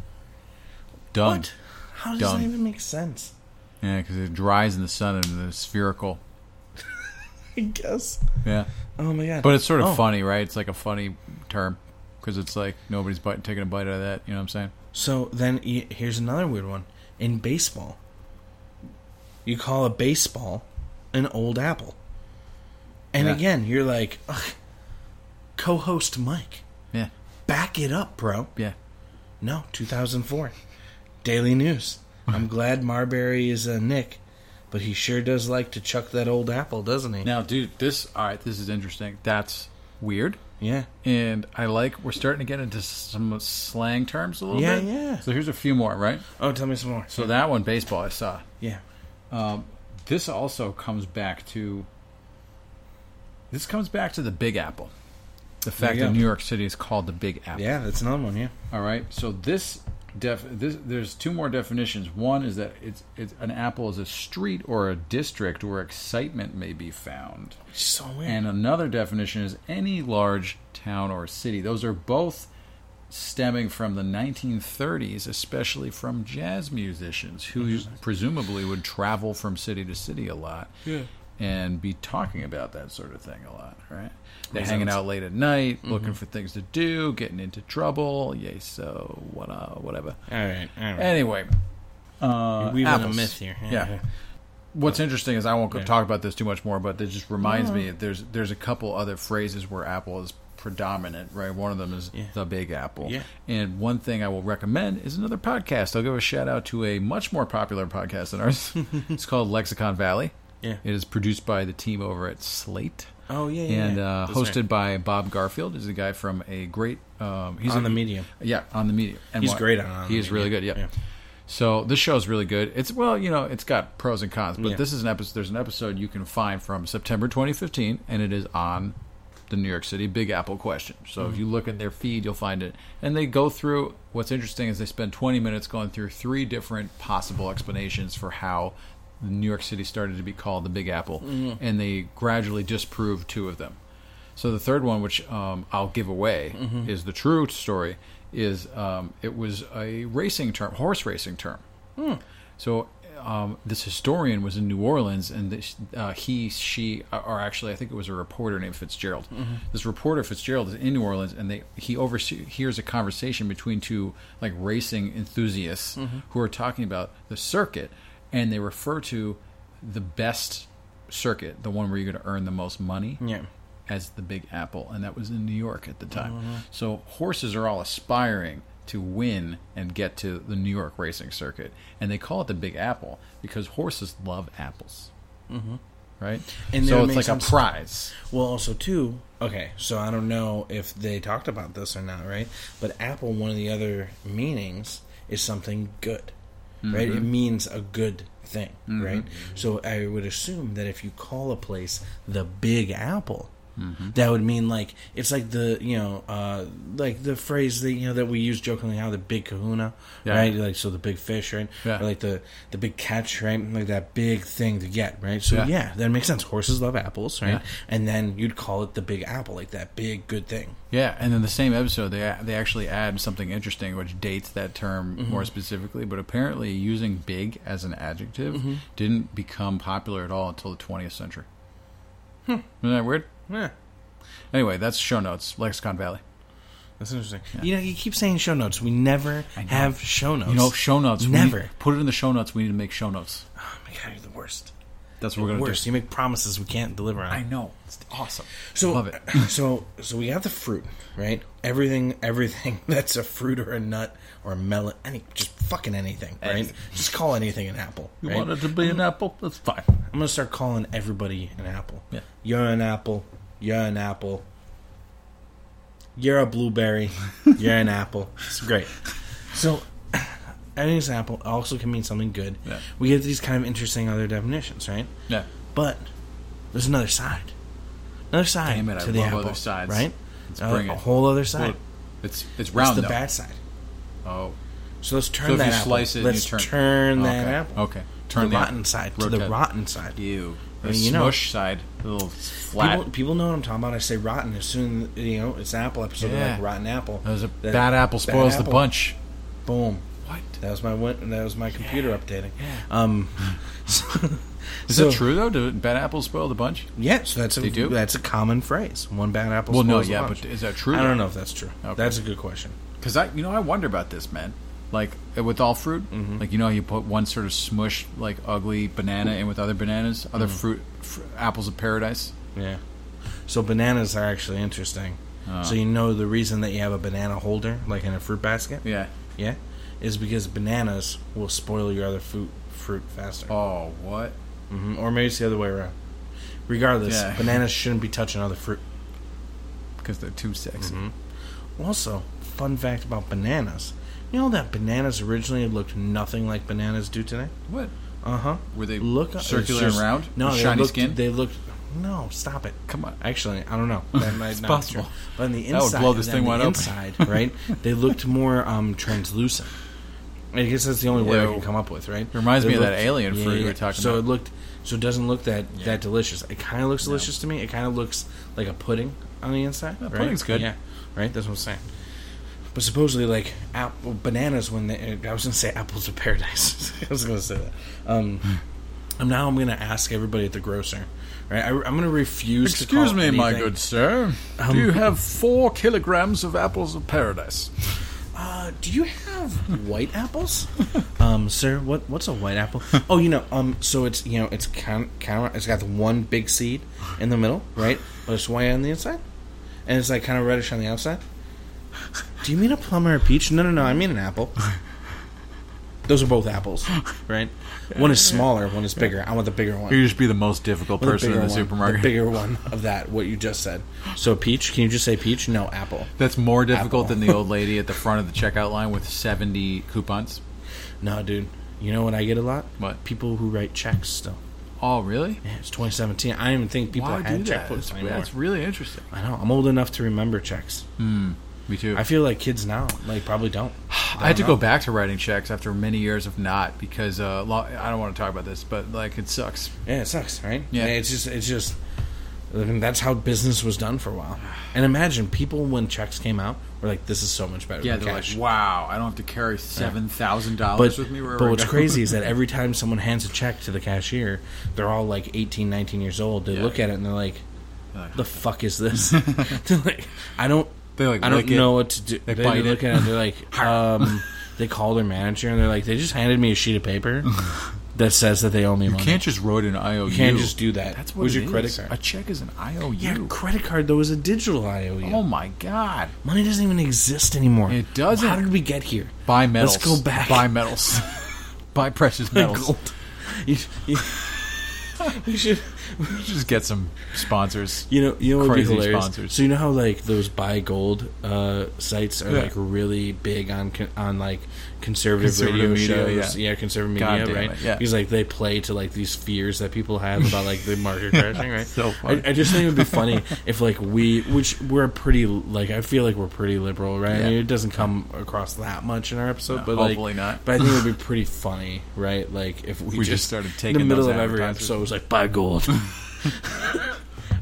Dumb. What? How does Dumb. that even make sense? Yeah, because it dries in the sun and it's spherical. I guess. Yeah, Oh my god. but it's sort of Oh. funny, right? It's like a funny term because it's like nobody's bite, taking a bite out of that. You know what I'm saying? So then y- here's another weird one. In baseball, you call a baseball an old apple. And Yeah. again, you're like, "Ugh, co-host Mike, Yeah, back it up, bro. yeah. No, 2004. Daily News. I'm glad Marbury is a Nick, but he sure does like to chuck that old apple, doesn't he? Now, dude, this all right. This is interesting. That's weird, Yeah. and I like. We're starting to get into some slang terms a little Yeah, bit. yeah. So here's a few more, right? Oh, tell me some more. So that one, baseball, I saw. Yeah. This also comes back to. This comes back to the Big Apple. The fact you that go. New York City is called the Big Apple. Yeah, that's another one, yeah. All right. So this def this there's two more definitions. One is that it's it's an apple is a street or a district where excitement may be found. It's so weird. And another definition is any large town or city. Those are both stemming from the 1930s, especially from jazz musicians who presumably would travel from city to city a lot Yeah. and be talking about that sort of thing a lot, right? They're Makes hanging sense. Mm-hmm. out late at night, looking for things to do, getting into trouble. Yay, so what, uh, whatever. all right, all right. Anyway, uh, We've got a apples. myth here. Yeah. What's interesting is I won't go talk about this too much more, but it just reminds me that there's there's a couple other phrases where apple is predominant, right? One of them is Yeah. the big apple. Yeah. And one thing I will recommend is another podcast. I'll give a shout out to a much more popular podcast than ours. it's called Lexicon Valley. Yeah. It is produced by the team over at Slate. Oh yeah, yeah. and yeah. uh, That's hosted right. by Bob Garfield. He's a guy from a great. Um, he's on a- the medium. Yeah, on the media. And He's why- great on- on He the is really good. media. Yeah. Yeah. So this show's really good. It's well, you know, it's got pros and cons, but Yeah. this is an episode. There's an episode you can find from September 2015, and it is on the New York City Big Apple question. So Mm-hmm. if you look in their feed, you'll find it. And they go through. What's interesting is they spend 20 minutes going through three different possible explanations for how New York City started to be called the Big Apple, Mm-hmm. and they gradually disprove two of them. So the third one, which um, I'll give away, is the true story. Is um, it was a racing term, horse racing term. So um, this historian was in New Orleans, and this, uh, he, she, uh, or actually, I think it was a reporter named Fitzgerald. This reporter Fitzgerald is in New Orleans, and they he overhears a conversation between two like racing enthusiasts who are talking about the circuit, and they refer to the best circuit, the one where you're going to earn the most money Yeah. as the Big Apple, and that was in New York at the time. Mm-hmm. So horses are all aspiring to win and get to the New York racing circuit, and they call it the Big Apple because horses love apples, mm-hmm. right? And that so it's would make like sense. a prize. Well, also too. Okay, so I don't know if they talked about this or not, right? But apple, one of the other meanings is something good, right? It Mm-hmm. means a good thing, right? So I would assume that if you call a place the Big Apple. Mm-hmm. That would mean like it's like the you know uh, like the phrase that you know that we use jokingly how the big Kahuna Yeah. right like so the big fish right Yeah. or like the the big catch right like that big thing to get right so Yeah. yeah that makes sense horses love apples right Yeah. and then you'd call it the big apple, like that big good thing. Yeah, and in the same episode, they they actually add something interesting, which dates that term Mm-hmm. more specifically. But apparently, using "big" as an adjective Mm-hmm. didn't become popular at all until the 20th century. Hmm. Isn't that weird? Yeah, Anyway, that's show notes. Lexicon Valley. that's interesting. You know, you keep saying show notes. We never have show notes. You know, show notes. we Never. need- put it in the show notes. We need to make show notes. oh my god, you're the worst. That's what we're gonna Worst. do. You make promises we can't deliver on. I know. It's awesome. So Love it. so so we got the fruit, right? Everything everything that's a fruit or a nut or a melon, any just fucking anything, right? Anything. Just call anything an apple. right? to be an apple? That's fine. I'm gonna start calling everybody an apple. Yeah. You're an apple. You're an apple. You're a blueberry. You're an apple. It's great. So, an example also can mean something good. Yeah. We get these kind of interesting other definitions, right? Yeah. But there's another side. Another side Damn it, to I the love apple, other sides. right? Let's Uh, bring a it. whole other side. It's it's It's round the though. bad side. Oh. So let's turn So if that you apple. slice it, and let's you turn turn that okay. apple. Okay. Turn Turn the the rotten side to the rotate. rotten side. Ew. The I mean, you know- smush side. The little flat. People, people know what I'm talking about. I say rotten as soon you know it's an apple episode. they're Yeah. Like rotten apple. That was a That- bad apple bad spoils the apple. bunch. Boom. What? That was my win- that was my computer updating. Um. So, Is so, that true though? Do bad apples spoil the bunch? Yeah. So that's a They do? that's a common phrase. One bad apple. Well, no, spoils the yeah, bunch. but is that true, I don't though? know if that's true. Okay. That's a good question. Because I, you know, I wonder about this, man. Like uh, with all fruit, like you know, how you put one sort of smushed, like ugly banana in with other bananas, other fruit, fr- apples of paradise. Yeah. So bananas are actually interesting. Uh. So you know the reason that you have a banana holder, like in a fruit basket, Yeah. yeah, is because bananas will spoil your other fruit fruit faster. Oh, what? Mhm, Or maybe it's the other way around. Regardless, Yeah. bananas shouldn't be touching other fruit. Because they're too sexy. Also, fun fact about bananas. You know that bananas originally looked nothing like bananas do today? What? Uh huh. Were they Look it's circular and just- round? No, With they shiny looked, skin. They looked. No, stop it. Come on. Actually, I don't know. That might It's not be true. possible. But on the That would inside, blow this on thing the wide open. inside, right? They looked more um, translucent. I guess that's the only word I Ew. can come up with, right? Reminds It me of that alien fruit you were talking so about. it looked, so it doesn't look that that delicious. It kind of looks delicious to me. It kind of looks like a pudding on the inside. right? pudding's good. Yeah, right. That's what I'm saying. But supposedly, like apple bananas, when they, I was gonna say apples of paradise. I was gonna say that. Um, and now I'm gonna ask everybody at the grocer. Right, I, I'm gonna refuse. to Excuse call me, my anything- good sir. Um, Do you have four kilograms of apples of paradise? Uh, do you have white apples? um, sir, what what's a white apple? Oh, you know, um, so it's you know, it's kind kind of it's got the one big seed in the middle, right? But it's white on the inside, and it's like kind of reddish on the outside. Do you mean a plum or a peach? No, no, no. I mean an apple. Those are both apples, right? One is smaller, one is bigger. I want the bigger one. You just be the most difficult I want person in the bigger one, supermarket. The bigger one of that, what you just said. So peach, can you just say peach? No, apple. That's more difficult than the old lady at the front of the checkout line with 70 coupons. No, dude. You know what I get a lot? What? People who write checks still. Oh, really? Yeah, it's 2017. I don't even think people Why do had that? That's, checkbooks anymore. that's really interesting. I know. I'm old enough to remember checks. Me too. I feel like kids now, like, probably don't. I had to go back to writing checks after many years of not because uh, lo- I don't want to talk about this, but like it sucks. Yeah, it sucks, right? Yeah. And it's just, it's just, I mean, that's how business was done for a while. And imagine people when checks came out were like, "This is so much better." Yeah, than they're cash." like, wow, I don't have to carry seven thousand dollars But, with me. Wherever but I what's go." crazy is that every time someone hands a check to the cashier, they're all like 18, 19 years old. They Yeah. look at it and they're like, They're like, "The fuck is this?" they're like, "I don't, They, like, I don't lick it. know what to do." They, They bite look it. at it. They're like, um, they call their manager and they're like, "They just handed me a sheet of paper that says that they owe me money." can't just wrote an IOU. You can't just do that. That's what Where's it your credit is. card? A check is an IOU. Yeah, credit card though is a digital IOU. Oh my god! Money doesn't even exist anymore. It doesn't. How did we get here? Buy metals. Let's go back. Buy metals. Buy precious metals. Gold. You, you- we should. just get some sponsors. You know. You know. What would be Crazy hilarious. sponsors. So you know how like those buy gold uh, sites are Yeah. like really big on con- on like conservative, Conservative radio media, shows. yeah. Yeah. conservative God media, damn right? it, yeah. Because like they play to like these fears that people have about like the market crashing, right? So funny. I, I just think it would be funny if like we, which we're pretty like I feel like we're pretty liberal, right? I Yeah. mean, it doesn't come across that much in our episode, No, but like, hopefully not. But I think it would be pretty funny, right? Like if we, We just started in the taking middle those of every advertisements. episode it was like buy gold.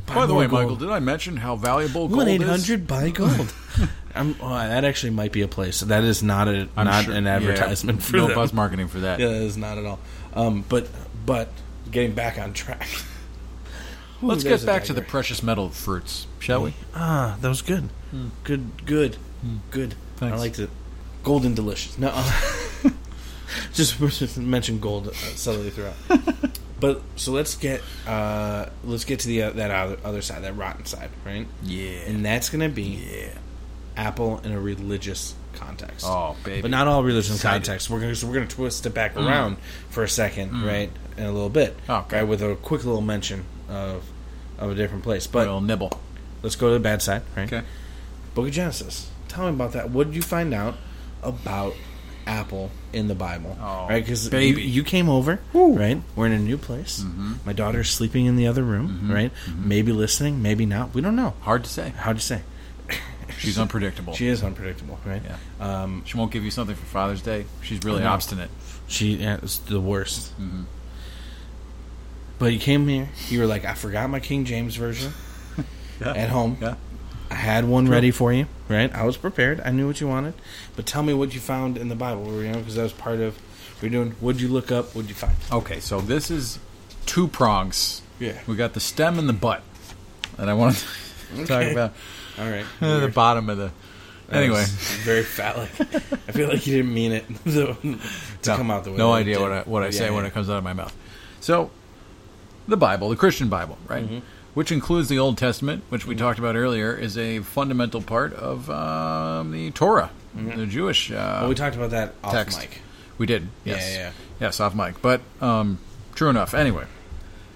By the way, Michael, did I mention how valuable gold one eight is? hundred buy gold. I'm, oh, that actually might be a place. That is not a I'm not sure- an yeah, advertisement for no them. buzz marketing for that. Yeah, that is not at all. Um, but but getting back on track. Let's Ooh, there's get a back to the digression. precious metal fruits, shall we? Ah, that was good. Good, good, good. I Hmm. Thanks. liked it. Golden delicious. No, uh, just just mention gold uh, subtly throughout. but so let's get uh, let's get to the uh, that other, other side, that rotten side, right? Yeah. And that's gonna be Yeah. apple in a religious context. Oh, baby. But not all religious Excited. Mm. contexts. We're gonna so we're gonna twist it back around for a second, right? In a little bit, Okay. right? With a quick little mention of of a different place. a But little nibble. let's go to the bad side, right? Okay. Book of Genesis. Tell me about that. What did you find out about Apple in the Bible? Oh, right, because you, baby. Mm-hmm. you came over, right? We're in a new place. My daughter's sleeping in the other room, right? Maybe listening, maybe not. We don't know. Hard to say. How'd you say? She's unpredictable. She is unpredictable, right? Yeah. Um, She won't give you something for Father's Day. She's really No. obstinate. she yeah, is the worst. Mm-hmm. But you came here. You were like, I forgot my King James version at home. Yeah. I had one ready for you, right? I was prepared. I knew what you wanted. But tell me what you found in the Bible, you know, because that was part of we're doing. What'd you look up? What'd you find? Okay, so this is two prongs. Yeah. We got the stem and the butt. And I want to talk Okay. about All right. uh, the Weird. bottom of the. Anyway. That was very phallic. I feel like you didn't mean it to no, come out the way. no that it idea did. what I, what I Yeah, say when yeah. it comes out of my mouth. So, the Bible, the Christian Bible, right? Mm-hmm. Which includes the Old Testament, which we talked about earlier, is a fundamental part of um, the Torah, the Jewish. Uh, Mm-hmm. Well, we talked about that off text. mic. We did. Yeah, Yes. yeah. Yes, off mic. But um, true enough. Anyway,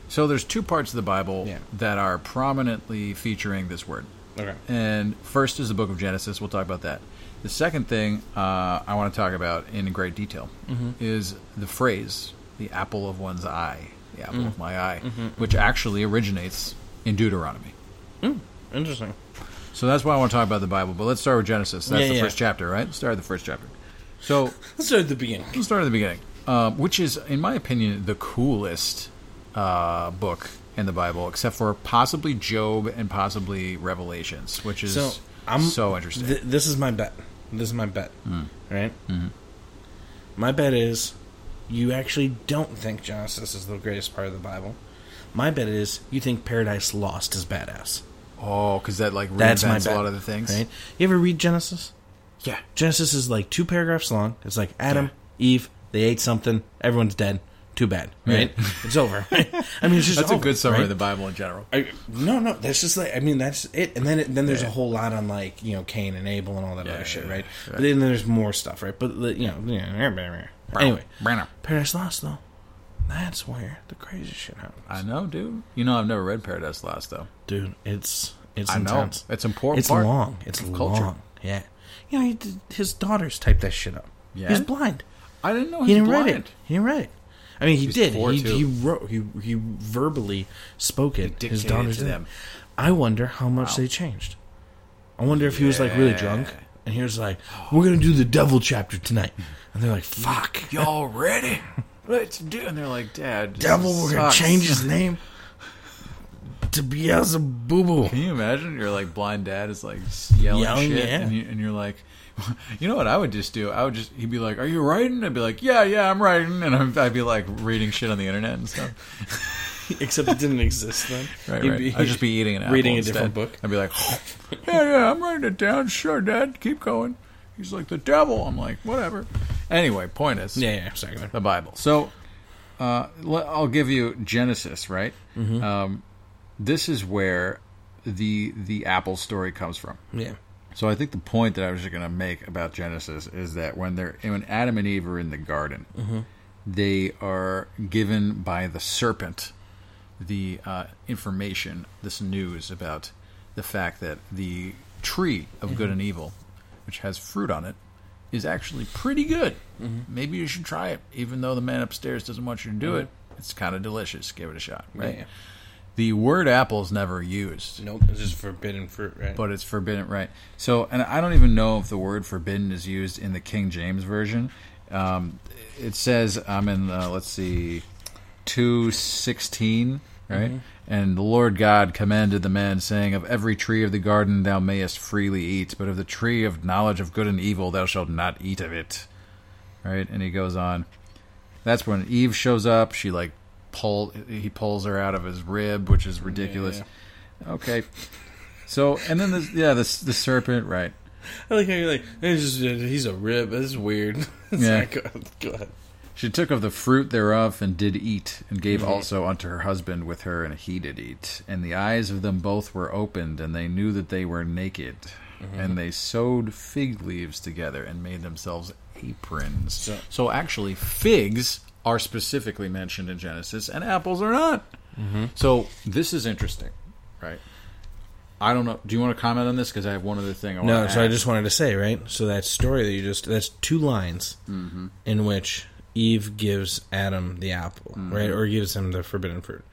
so there's two parts of the Bible Yeah. that are prominently featuring this word. Okay. And first is the book of Genesis. We'll talk about that. The second thing uh, I want to talk about in great detail Mm-hmm. is the phrase, the apple of one's eye, the apple Mm. of my eye, Mm-hmm, which actually originates in Deuteronomy. Interesting. So that's why I want to talk about the Bible. But let's start with Genesis. That's Yeah, the yeah. first chapter, right? Let's start with the first chapter. So Let's start at the beginning. Let's start at the beginning, um, which is, in my opinion, the coolest uh, book in the Bible, except for possibly Job and possibly Revelations, which is So so, I'm interesting. Hmm. Th- this is my bet. This is my bet. Right. Mm-hmm. My bet is you actually don't think Genesis is the greatest part of the Bible. My bet is you think Paradise Lost is badass. oh, because that like That's my reinvents bet. a lot of the things. Right? You ever read Genesis? Yeah, Genesis is like two paragraphs long. It's like Adam, Eve, they ate something. Everyone's dead. Too bad. Right? it's over. I mean, it's just that's a over, good summary right? of the Bible in general. I, no, no, that's just like I mean that's it, and then it, then there's a whole lot on like you know Cain and Abel and all that other shit, yeah, right? yeah. But then there's more stuff, right? But you know, yeah, Anyway, Branner. Paradise Lost though, that's where the crazy shit happens. I know, dude. You know, I've never read Paradise Lost though. Dude, it's it's I know. intense. It's important It's part long. It's of long. culture. Yeah. You know, he did, his daughters typed that shit up. Yeah? He's blind. I didn't know He Oh, he's didn't blind. write it. He didn't write it. I mean, he He's did. poor, He, too. he wrote. He he verbally spoke it. He his dictated daughters to did. them. I wonder how much they changed. I wonder if he was like really drunk and he was like, "We're gonna do the devil chapter tonight," and they're like, "Fuck, Y'all ready? Let's do. And they're like, Dad, this devil, we're gonna sucks." change his name to Beelzebub." Can you imagine? You're like blind dad is like yelling Yelling, shit, yeah. and, you, and you're like, you know what I would just do? I would just he'd be like, "Are you writing?" I'd be like, "Yeah, yeah, I'm writing," and I'm, I'd be like reading shit on the internet and stuff. Except it didn't exist then. Right, He'd right. be- I'd just be eating an apple reading a instead. different book. I'd be like, "Yeah, yeah, I'm writing it down. Sure, Dad, keep going." He's like, "The devil." I'm like, "Whatever." Anyway, point is, Yeah, yeah, sorry. go the ahead. Bible. So uh, le- I'll give you Genesis, right? Um, this is where the the apple story comes from. Yeah. So I think the point that I was just going to make about Genesis is that when they're when Adam and Eve are in the garden, they are given by the serpent the uh, information, this news about the fact that the tree of good and evil, which has fruit on it, is actually pretty good. Maybe you should try it, even though the man upstairs doesn't want you to do it. It's kind of delicious. Give it a shot. Right. Yeah. The word apple is never used Nope, it's just forbidden fruit, right? but it's forbidden, right? So, and I don't even know if the word forbidden is used in the King James version. Um, it says I'm in. Uh, let's see, two sixteen, right? And the Lord God commanded the man, saying, "Of every tree of the garden thou mayest freely eat, but of the tree of knowledge of good and evil thou shalt not eat of it." Right? And he goes on. That's when Eve shows up. She like pull. He pulls her out of his rib, which is ridiculous. Okay. So and then the yeah the the serpent right I like how you're like, it's just, he's a rib. This is weird. It's Yeah. like, go, go ahead. she took of the fruit thereof and did eat and gave also unto her husband with her and he did eat and the eyes of them both were opened and they knew that they were naked and they sewed fig leaves together and made themselves aprons so, actually figs are specifically mentioned in Genesis and apples are not so this is interesting right I don't know do you want to comment on this because I have one other thing I No, want to so I add. just wanted to say, right? So that story that you just, that's two lines Mm-hmm. in which Eve gives Adam the apple, Mm-hmm. right? Or gives him the forbidden fruit.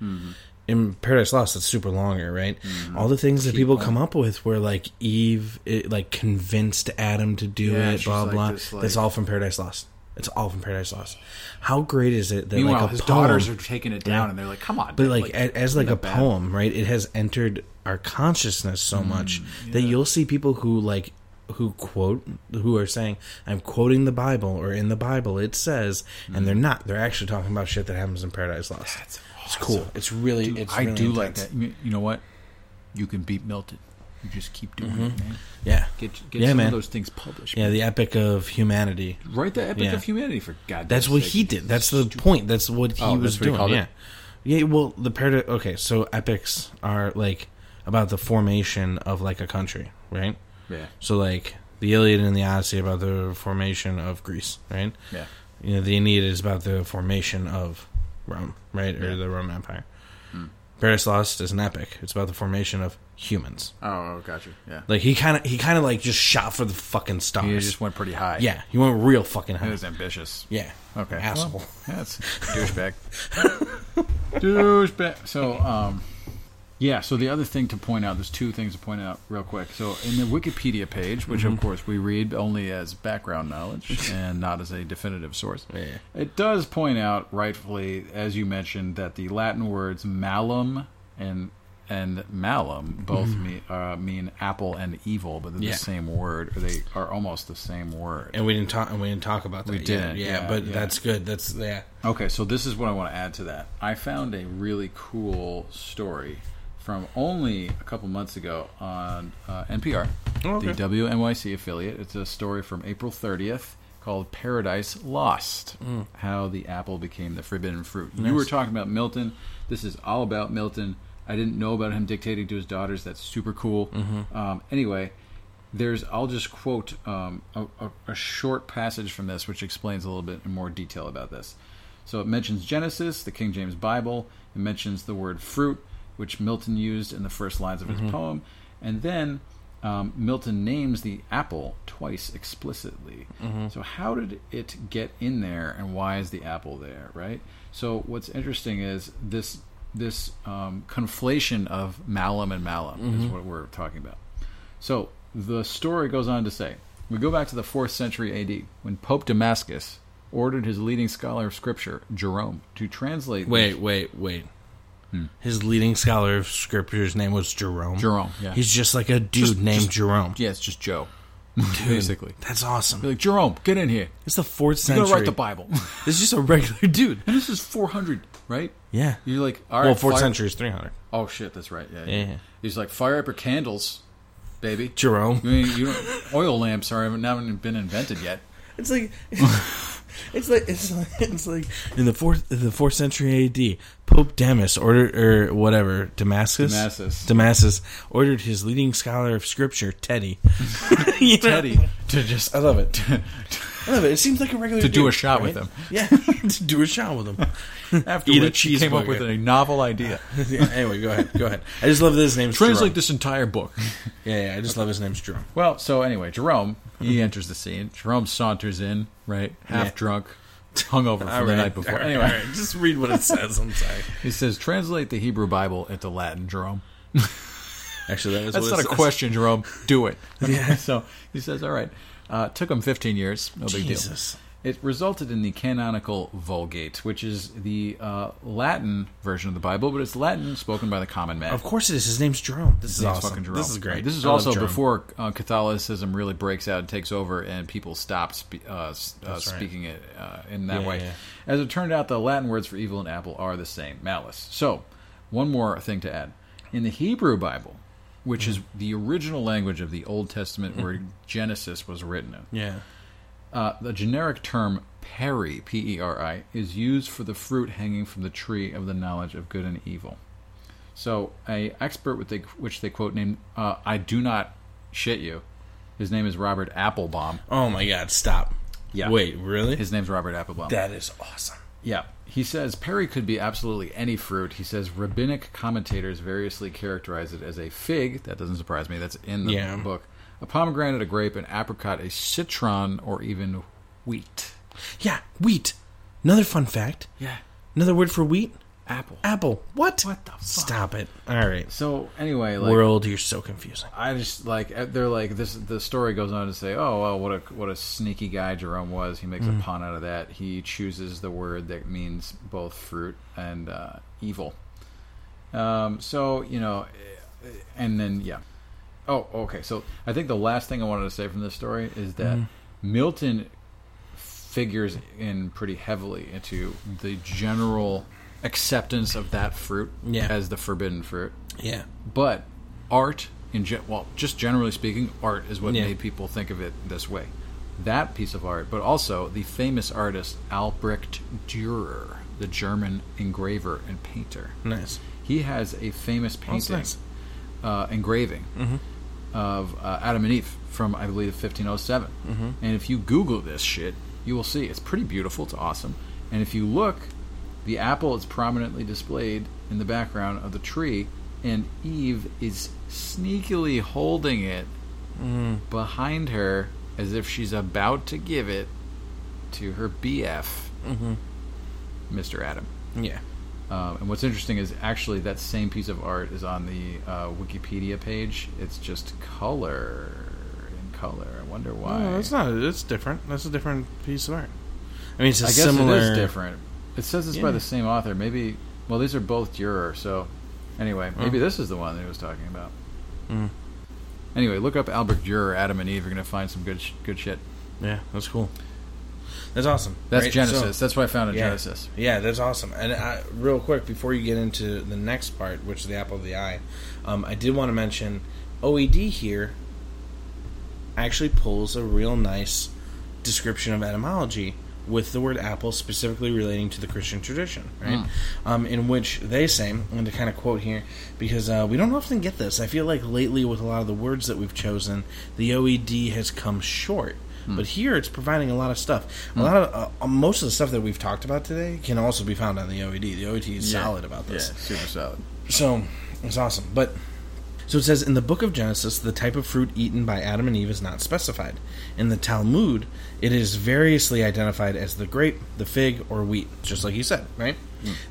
In Paradise Lost, it's super longer, right? Mm-hmm. All the things that people come up with were like Eve, it, like convinced Adam to do Yeah, it, she's blah, like blah. this, like- That's all from Paradise Lost. It's all from Paradise Lost. How great is it that Meanwhile, like a his poem- daughters are taking it down, and they're like, "Come on!" but dude, like, a as like a poem right it has entered our consciousness so much that you'll see people who like who quote who are saying i'm quoting the bible or in the bible it says and they're not they're actually talking about shit that happens in paradise lost Mm. it's cool it's really Dude, it's I really do like intense. that. You, you know what? You can beat melted. You just keep doing it, man. yeah Get get Mm-hmm. Yeah, some man. of those things published. yeah the epic of humanity Write the epic Yeah. of humanity for God. That's what he did. That's the point. That's what he Oh, that's was what he doing. called it? yeah. Yeah, well, the parad Okay, so epics are like about the formation of like a country, right? Yeah. So like the Iliad and the Odyssey about the formation of Greece, right? Yeah. You know, the Aeneid is about the formation of Rome, right? Or Yeah. Hmm. the Roman Empire. Paradise Lost is an epic. It's about the formation of humans. Oh, gotcha. Yeah. Like he kind of he kind of like just shot for the fucking stars. He just went pretty high. yeah, he went real fucking He high. was ambitious. Yeah. Okay. Asshole. Well, that's douchebag. douchebag. So, um, yeah. So the other thing to point out, there's two things to point out real quick. So in the Wikipedia page, which Mm-hmm. of course we read only as background knowledge and not as a definitive source, Yeah. it does point out rightfully, as you mentioned, that the Latin words malum and and malum both mean, uh, mean apple and evil, but they're Mm-hmm. Yeah. the same word, or they are almost the same word. and we didn't talk and we didn't talk about that. We didn't, yeah, yeah, but yeah. that's good. That's yeah. Okay, so this is what I want to add to that. I found a really cool story from only a couple months ago on uh, NPR, the WNYC affiliate. It's a story from April 30th called Paradise Lost How the Apple Became the Forbidden Fruit. You were talking about Milton. This is all about Milton. I didn't know about him dictating to his daughters. That's super cool. Um, anyway, There's, I'll just quote um, a, a, a short passage from this, which explains a little bit in more detail about this. So it mentions Genesis, the King James Bible. It mentions the word fruit, which Milton used in the first lines of his poem. And then um, Milton names the apple twice explicitly. So, how did it get in there, and why is the apple there, right? So, what's interesting is this this um, conflation of malum and malum is what we're talking about. So, the story goes on to say we go back to the fourth century AD when Pope Damascus ordered his leading scholar of Scripture, Jerome, to translate. the- Wait, wait, wait. His leading scholar of scripture's name was Jerome. Hmm. Jerome, yeah. He's just like a dude named Jerome. yeah, it's just Joe, basically. That's awesome. Like Jerome, get in here. It's the fourth You century. gotta write the Bible. It's just a regular dude. and this is 400, right? Yeah. You're like, all right. well, fourth fire- century is 300. Oh shit, that's right. Yeah, Yeah. He's like, fire up your candles, baby. I Jerome. mean, you don't, oil lamps are not even been invented yet. It's like, it's like, it's like, it's like in the fourth, in the fourth century A.D. Pope Damas ordered or whatever Damascus, Damasus. Damasus ordered his leading scholar of scripture, Teddy. You know? Teddy to just I love it. I love it. It seems like a regular To do dude, a shot with him. Yeah, to do a shot with him. after Eat a which he came up cheeseburger. with a novel idea. Yeah, anyway, go ahead. Go ahead. I just love that his name's Translate Jerome. this entire book. Yeah, yeah, I just love his name's Jerome. Well, so anyway, Jerome he enters the scene. Jerome saunters in, right, half Yeah. drunk, hungover from All the right, night before. all right, anyway, all right. just read what it says. I'm sorry. he says, "Translate the Hebrew Bible into Latin, Jerome." Actually, that is That's what not it a says. question, Jerome. Do it. yeah. So he says, "All right." Uh, took him 15 years. No big Jesus. deal. It resulted in the canonical Vulgate, which is the uh, Latin version of the Bible, but it's Latin spoken by the common man. Of course it is. His name's Jerome. This is James awesome. fucking Jerome. This is great. This is I love also Jerome. before uh, Catholicism really breaks out and takes over, and people stop spe- uh, s- uh, right. speaking it uh, in that Yeah, way. yeah. As it turned out, the Latin words for evil and apple are the same malice. So, one more thing to add: in the Hebrew Bible, which Mm-hmm. is the original language of the Old Testament where Genesis was written in, Yeah. uh, the generic term peri, P E R I, is used for the fruit hanging from the tree of the knowledge of good and evil. So, a expert with the, which they quote named, uh, I do not shit you. His name is Robert Applebaum. Oh my God! Stop. Yeah. Wait. Really? His name's Robert Applebaum. that is awesome. Yeah. He says peri could be absolutely any fruit. He says rabbinic commentators variously characterize it as a fig. That doesn't surprise me. That's in the Yeah. book. A pomegranate, a grape, an apricot, a citron, or even wheat. Yeah. Wheat. Another fun fact. Yeah. Another word for wheat. Apple. Apple. What? What the fuck? Stop it. All right. So anyway, like World, you're so confusing. I just like eh, they're like this. The story goes on to say, "Oh well, what a what a sneaky guy Jerome was. He makes a pun out of that. He chooses the word that means both fruit and uh, evil." Um, so you know, eh, and then yeah. Oh, okay. So I think the last thing I wanted to say from this story is that Milton figures in pretty heavily into the general acceptance of that fruit Yeah. as the forbidden fruit Yeah. but art in gen- well just generally speaking art is what Yeah. made people think of it this way that piece of art but also the famous artist albrecht dürer the german engraver and painter Nice. he has a famous that's painting nice. Mm-hmm. uh, engraving of uh, adam and eve from i believe 1507 Mm-hmm. and if you google this shit you will see it's pretty beautiful it's awesome and if you look the apple is prominently displayed in the background of the tree and eve is sneakily holding it Mm, behind her as if she's about to give it to her bf mm-hmm. mr adam Yeah. um, and what's interesting is actually that same piece of art is on the uh, Wikipedia page. It's just color in color. I wonder why. No, that's not. It's different. That's a different piece of art. I mean, it's a I guess similar. it is different. It says it's by Yeah. the same author. Maybe. Well, these are both Durer. So, anyway, Oh. maybe this is the one that he was talking about. Hmm. Anyway, look up Albert Durer, Adam and Eve. You're gonna find some good, sh- good shit. Yeah, that's cool. That's awesome. That's Great. Genesis. So- that's what I found in yeah, Genesis. Yeah, that's awesome. And I, real quick, before you get into the next part, which is the apple of the eye, um, I did want to mention OED here actually pulls a real nice description of etymology with the word apple specifically relating to the Christian tradition, right? Hmm. Um, in which they say, I'm going to kind of quote here because uh, we don't often get this. I feel like lately with a lot of the words that we've chosen, the OED has come short. Hmm. But here it's providing a lot of stuff. A lot of uh, most of the stuff that we've talked about today can also be found on the OED. The OED is Yeah. solid about this. Yeah, super solid. So it's awesome. But so it says in the book of Genesis, the type of fruit eaten by Adam and Eve is not specified. In the Talmud, it is variously identified as the grape, the fig, or wheat, just like you said, right?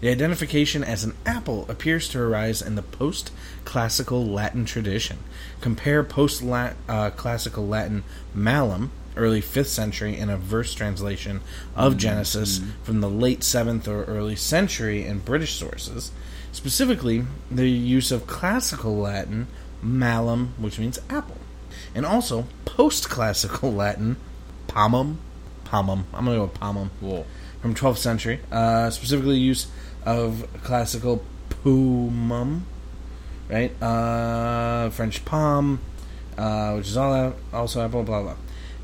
The identification as an apple appears to arise in the post classical Latin tradition. Compare post uh, classical Latin malum, early 5th century, and a verse translation of Genesis from the late 7th or early century in British sources. Specifically, the use of classical Latin malum, which means apple, and also post classical Latin pomum. Pomum. I'm going to go with pomum. Whoa. From 12th century. Uh, specifically, use of classical pumum, right? Uh, French palm, uh, which is all a- also apple, blah, blah.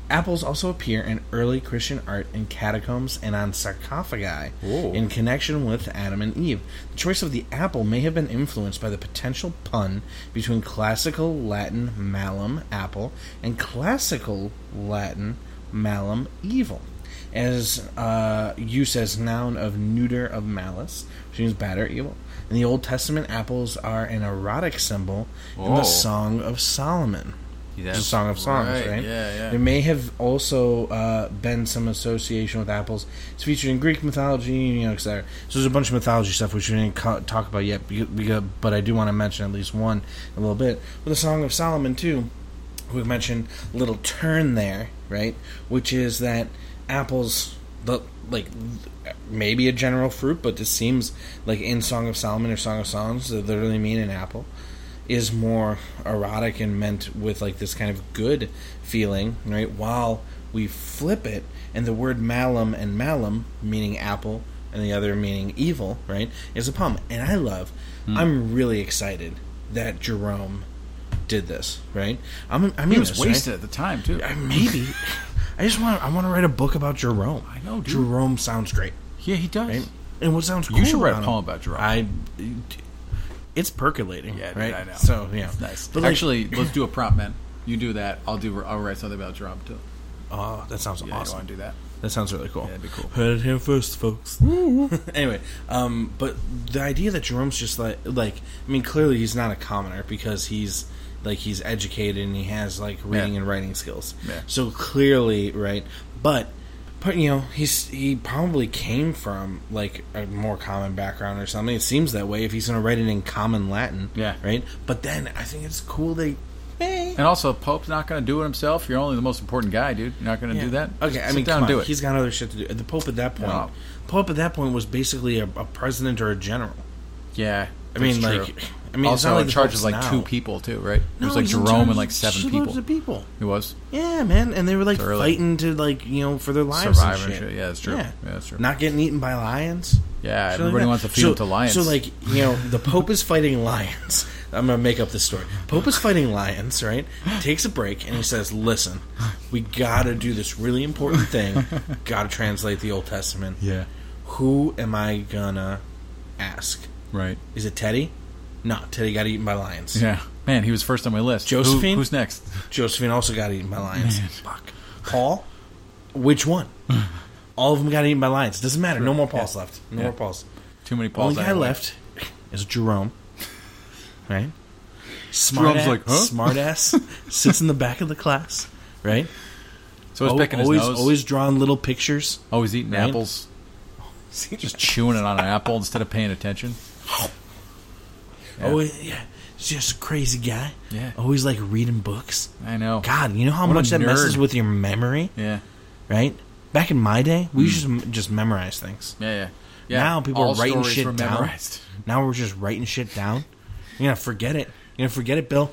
Apples also appear in early Christian art in catacombs and on sarcophagi Whoa. in connection with Adam and Eve. The choice of the apple may have been influenced by the potential pun between classical Latin malum, apple, and classical Latin malum, evil. As uh, use as noun of neuter of malice, which means bad or evil. In the Old Testament, apples are an erotic symbol in Oh. the Song of Solomon. It's a Song of Songs, right? Yeah, There yeah. may have also uh, been some association with apples. It's featured in Greek mythology, you know, etc. So there's a bunch of mythology stuff which we didn't co- talk about yet, becau- becau- but I do want to mention at least one in a little bit. But the Song of Solomon too, we mentioned a little turn there, right? Which is that apples, the like maybe a general fruit, but this seems like in Song of Solomon or Song of Songs, they literally mean an apple is more erotic and meant with like this kind of good feeling, right? While we flip it, and the word malum and malum meaning apple, and the other meaning evil, right, is a pum. And I love. Hmm. I'm really excited that Jerome did this, right? I'm. I mean, He was this, right? wasted at the time too. I- maybe. I just want. I want to write a book about Jerome. I know, dude. Jerome sounds great, Yeah, he does. right? And what sounds cool? You should write a about him- poem about Jerome. I. It's percolating. Yeah, dude, right. I know. So yeah, It's nice. But like, Actually, let's do a prompt, man. You do that. I'll do. I'll write something about Jerome too. Oh, that sounds Yeah, you awesome. want to do that? That sounds really cool. Yeah, that'd be cool. Heard it here first, folks. anyway, um, but the idea that Jerome's just like, like, I mean, clearly he's not a commoner because he's like he's educated and he has like reading Yeah. and writing skills. Yeah. So clearly, right? But, but you know, he's he probably came from like a more common background or something. It seems that way if he's going to write it in common Latin. Yeah. Right. But then I think it's cool they. Hey. And also, Pope's not going to do it himself. You're only the most important guy, dude. You're not going to do that. Okay, I Sit mean, down, come on. and do it. He's got other shit to do. The Pope at that point, No. Pope at that point was basically a, a president or a general. yeah, I mean, that's like, true. I mean, it's also not in the charge Pope's of like now. two people too, right? It No, was like he's in Jerome charge and like of seven shitloads people. of people. It was Yeah, man, and they were like It's early. fighting to like you know for their lives survivor and and shit. shit. Yeah, that's true. Yeah, that's true. Not getting eaten by lions. yeah, Shit like everybody that. wants to feed so, him to lions. So like you know, the Pope is fighting lions. I'm gonna make up this story. Pope is fighting lions, right? Takes a break and he says, "Listen, we gotta do this really important thing. gotta translate the Old Testament. yeah, Who am I gonna ask? right. Is it Teddy? No, Teddy got eaten by lions. Yeah, man, he was first on my list. Who- Josephine? who's next? Josephine also got eaten by lions. Fuck. Paul? Which one? All of them got eaten by lions. Doesn't matter. No more Pauls left. No Yeah. more Pauls. Too many Pauls. Only guy anyway. Oh, left is Jerome. Right? Smart Jerome's ass, like, huh? smart ass sits in the back of the class, right? So he's Al- picking Oh, always, his nose. always drawing little pictures. always eating Right? apples. Just chewing it on an apple instead of paying attention. Yeah. Always, yeah, he's just a crazy guy. Yeah. always like reading books. I know. God, you know how What a much that nerd. messes with your memory, Yeah, right? Back in my day, Hmm. we used to m- just memorize things. yeah, yeah. yeah. Now people are All writing stories shit were down. memorized. Now we're just writing shit down. You're gonna forget it. You're gonna forget it, Bill.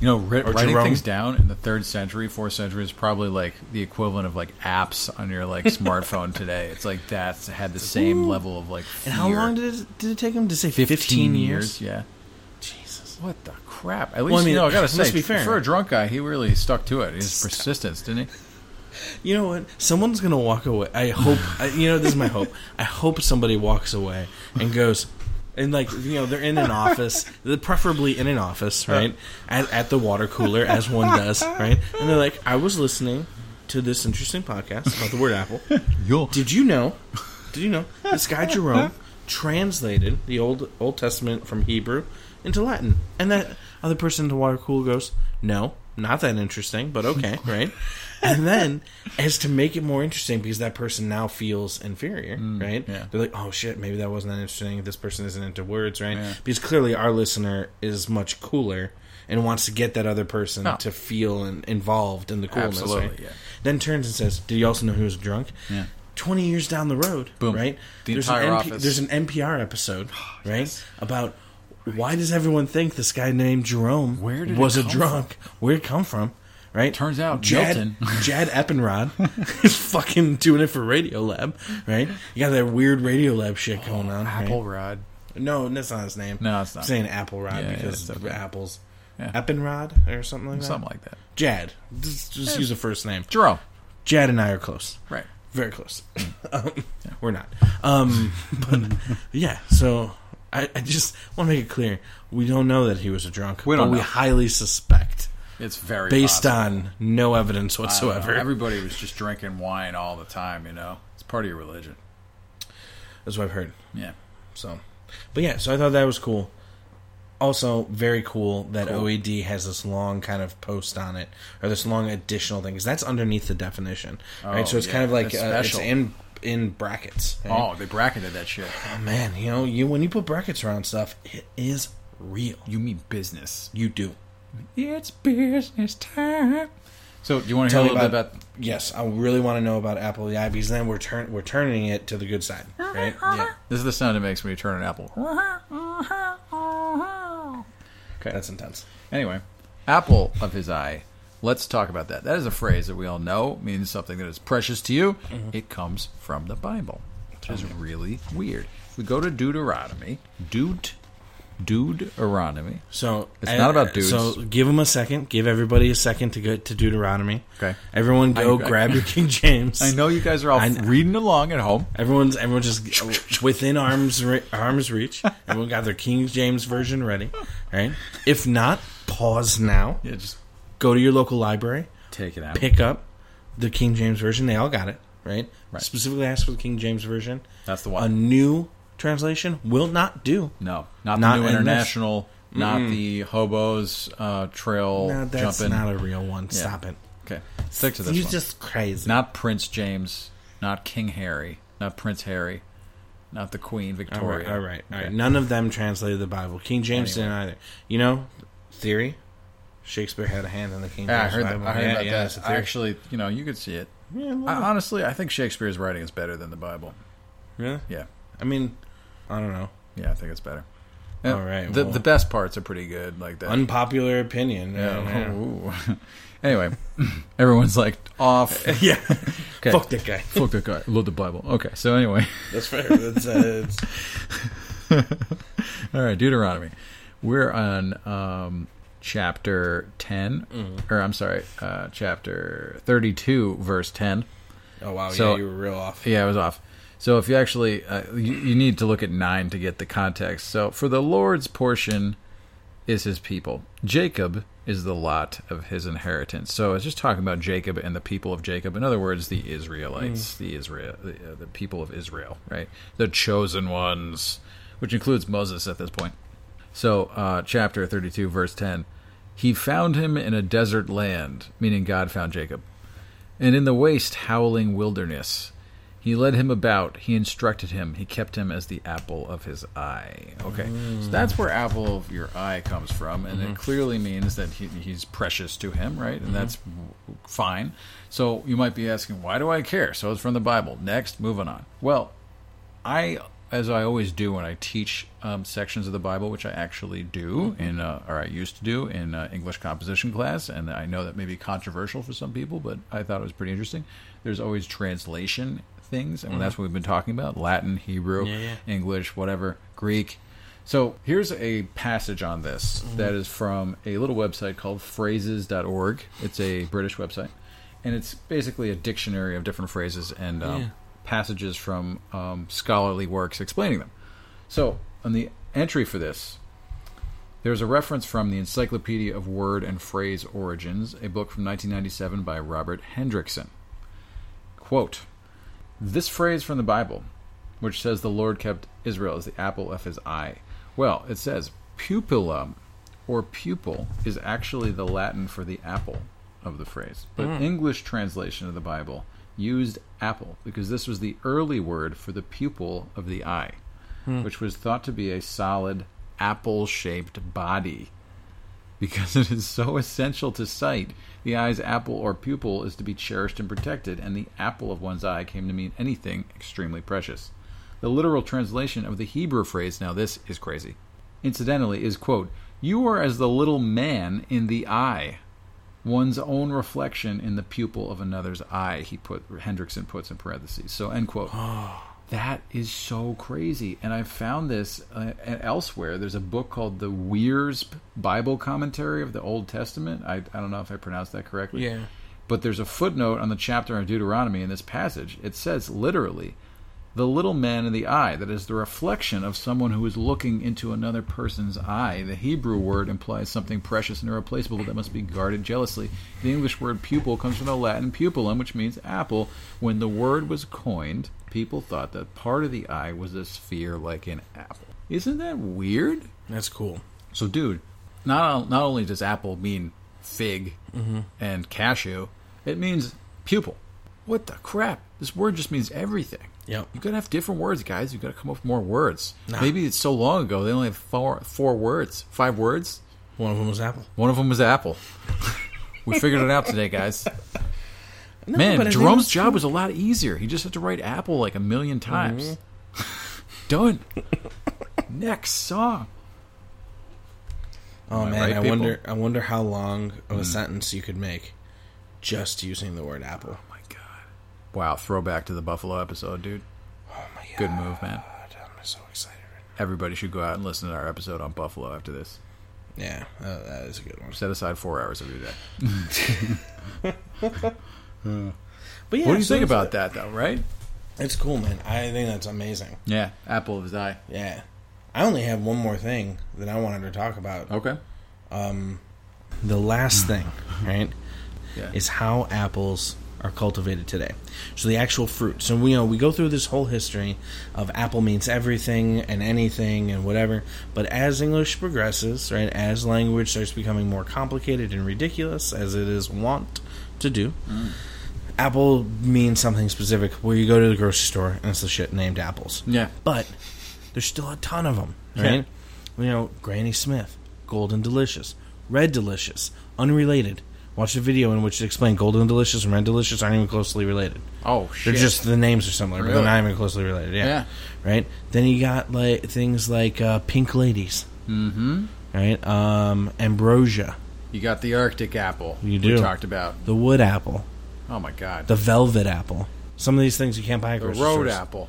You know, wri- Or writing Jerome. things down in the third century, fourth century is probably like the equivalent of like apps on your like smartphone today. It's like that's had the same level of like. And how fear. long did it, did it take him to say fifteen, years? Yeah. Jesus. What the crap? At least I mean, you know. I gotta let's say, be fair. for a drunk guy, he really stuck to it. His persistence, didn't he? You know what? Someone's gonna walk away. I hope. I, you know, this is my hope. I hope somebody walks away and goes, and like you know, they're in an office, they're preferably in an office, right? At, at the water cooler, as one does, right? And they're like, "I was listening to this interesting podcast about the word apple. You'll Did you know? Did you know this guy Jerome translated the old Old Testament from Hebrew into Latin?" And that other person at the water cooler goes, "No." Not that interesting, but okay, right? And then, as to make it more interesting, because that person now feels inferior, right? Mm, yeah. They're like, oh shit, maybe that wasn't that interesting. This person isn't into words, right? Yeah. Because clearly our listener is much cooler and wants to get that other person No. to feel and involved in the coolness. Oh. Absolutely, right? yeah. Then turns and says, "Did you also know he was drunk?" Yeah. Twenty years down the road, Boom. right? The there's entire an office. There's an NPR episode, Oh, right, about why does everyone think this guy named Jerome Where did it was a come drunk? Where'd it come from? Right? Turns out Jad, Milton. Jad Eppenrod is fucking doing it for Radiolab, right? You got that weird Radiolab shit going on. right? Oh, Apple Rod. No, that's not his name. No, it's not. I'm saying Apple Rod Yeah, yeah, because it's okay. apples. Yeah. Eppenrod or something like that. Something like that. Jad. Just, just use the first name. Jerome. Jad and I are close. Right. Very close. um, We're not. Um, but yeah, so I, I just want to make it clear we don't know that he was a drunk. We don't but we know. highly suspect It's very Uh, based possible. on no evidence I don't know. whatsoever. Everybody was just drinking wine all the time, you know. It's part of your religion. That's what I've heard. Yeah. So, but yeah, so I thought that was cool. Also, very cool that Cool. OED has this long kind of post on it, or this long additional thing, because that's underneath the definition, right? So it's Oh, yeah, kind of like uh, that's it's special. in in brackets. right? Oh, they bracketed that shit. Oh, man, you know, you when you put brackets around stuff, it is real. You mean business. You do. It's business time. So, do you want to Tell hear me a little about- bit about Yes, I really want to know about Apple AI because then we're turn we're turning it to the good side, right? Yeah. This is the sound it makes when you turn an apple. Okay, that's intense. Anyway, apple of his eye. Let's talk about that. That is a phrase that we all know means something that is precious to you. Mm-hmm. It comes from the Bible, which is really weird. We go to Deuteronomy. Deut, Deuteronomy. So It's not about dudes. So give them a second. Give everybody a second to go to Deuteronomy. Okay. Everyone, go I- I- grab your King James. I know you guys are all I- reading along at home. Everyone's everyone just within arms re- arms reach. Everyone got their King James version ready, right? If not, pause now. Yeah, just Go to your local library. take it out. Pick up the King James version. They all got it, right? Right. Specifically asked for the King James version. That's the A one. new translation will not do. no, not the Not new in this. international. Not the hobos uh, trail No, that's jumping. not a real one. Stop it. okay, stick to this You're one. just crazy. not Prince James, not King Harry, not Prince Harry, not the Queen All right, Victoria. all right, all right. Okay. Ah, None of them translated the Bible. King James Anyway. didn't either. You know, theory. Shakespeare had a hand in the King James Yeah, I heard, that, Bible. I heard yeah, about yeah, that. it's a I theory. actually, you know, you could see it. Yeah, well, I, honestly, I think Shakespeare's writing is better than the Bible. really? Yeah, I mean, I don't know. yeah, I think it's better. Yeah, All right, The well- the best parts are pretty good, like that. Unpopular opinion. Uh, Yeah. Yeah, Ooh. Oh, anyway, everyone's like off. yeah. Okay. fuck that guy. Fuck that guy. Love the Bible. Okay, so anyway. That's fair. That's, uh, it's, All right, Deuteronomy. We're on um, chapter 10, or I'm sorry, uh, chapter 32, verse 10. oh wow, So- yeah, you were real off. Yeah, I was off. So if you actually, uh, you, you need to look at 9 to get the context. So for the Lord's portion is his people, Jacob is the lot of his inheritance. So it's just talking about Jacob and the people of Jacob. In other words, the Israelites, the Israel, the, uh, the people of Israel, right? The chosen ones, which includes Moses at this point. So, uh, chapter 32, verse 10. He found him in a desert land, meaning God found Jacob, and in the waste, howling wilderness. He led him about, he instructed him, he kept him as the apple of his eye. Okay, so that's where apple of your eye comes from, and it clearly means that he, he's precious to him, right? And that's w- fine. So, you might be asking, why do I care? So, it's from the Bible. Next, moving on. Well, I, as I always do when I teach um, sections of the Bible, which I actually do Mm-hmm. in, uh, or I used to do in uh, English composition class, and I know that may be controversial for some people, but I thought it was pretty interesting. There's always translation things, and that's what we've been talking about: Latin, Hebrew, Mm-hmm. Yeah, yeah. English, whatever, Greek. So here's a passage on this that is from a little website called phrases.org. It's a British website. and it's basically a dictionary of different phrases and um, Yeah. passages from um, scholarly works explaining them. So, on the entry for this, there's a reference from the Encyclopedia of Word and Phrase Origins, a book from 1997 by Robert Hendrickson. Quote This phrase from the Bible, which says the Lord kept Israel as the apple of his eye. Well, it says pupillum or pupil is actually the Latin for the apple of the phrase. But English translation of the Bible used apple because this was the early word for the pupil of the eye, which was thought to be a solid apple shaped body. Because it is so essential to sight, the eye's apple or pupil is to be cherished and protected, and the apple of one's eye came to mean anything extremely precious. The literal translation of the Hebrew phrase, now this is crazy, incidentally, is quote, You are as the little man in the eye, one's own reflection in the pupil of another's eye, he put Hendrickson puts in parentheses. So end quote. That is so crazy. And I found this uh, elsewhere. There's a book called The Weir's Bible Commentary of the Old Testament. I, I don't know if I pronounced that correctly. Yeah. But there's a footnote on the chapter on Deuteronomy in this passage. It says literally, the little man in the eye, that is the reflection of someone who is looking into another person's eye. The Hebrew word implies something precious and irreplaceable that must be guarded jealously. The English word pupil comes from the Latin pupillum, which means apple. When the word was coined, people thought that part of the eye was a sphere like an apple. Isn't that weird? That's cool. So, dude, not not only does apple mean fig Mm-hmm. and cashew, it means pupil. What the crap? This word just means everything. Yep. You gotta have different words, guys. You gotta come up with more words. Maybe it's so long ago they only have four four words, five words. One of them was apple. One of them was apple. we figured it out today, guys. Man, but I think Jerome's it's job was a lot easier. He just had to write apple like a million times. Mm-hmm. Done. Next song. Oh I right, man, I Mm-hmm. people? wonder. I wonder how long of a sentence you could make just using the word apple. my god. Wow, throwback to the Buffalo episode, dude. Oh my god, Good move, man. I'm so excited. right Everybody should go out and listen to our episode on Buffalo after this. now. Yeah, uh, that is a good one. Set aside four hours of your day. But yeah, what do you so think it's- about that, though, right? It's cool, man. I think that's amazing. Yeah, apple of his eye. Yeah, I only have one more thing that I wanted to talk about. Okay. um, The last thing, right, Yeah. is how apples are cultivated today. So the actual fruit. So we you know we go through this whole history of apple means everything and anything and whatever. But as English progresses, right, as language starts becoming more complicated and ridiculous, as it is wont to do, apple means something specific. Where you go to the grocery store and it's the shit named apples yeah. but there's still a ton of them, Yeah. right? You know, Granny Smith, Golden Delicious, Red Delicious, unrelated. Watch a video in which it explained Golden Delicious and Red Delicious aren't even closely related. Oh, They're shit. just the names are similar, but Really? they're not even closely related. Yeah. Yeah. Right. Then you got like things like uh, Pink Ladies. Mm-hmm. Right. Um, ambrosia, You got the Arctic apple. You We do. talked about. the wood apple, Oh, my God. the velvet apple. Some of these things you can't buy at The grocery road stores. apple.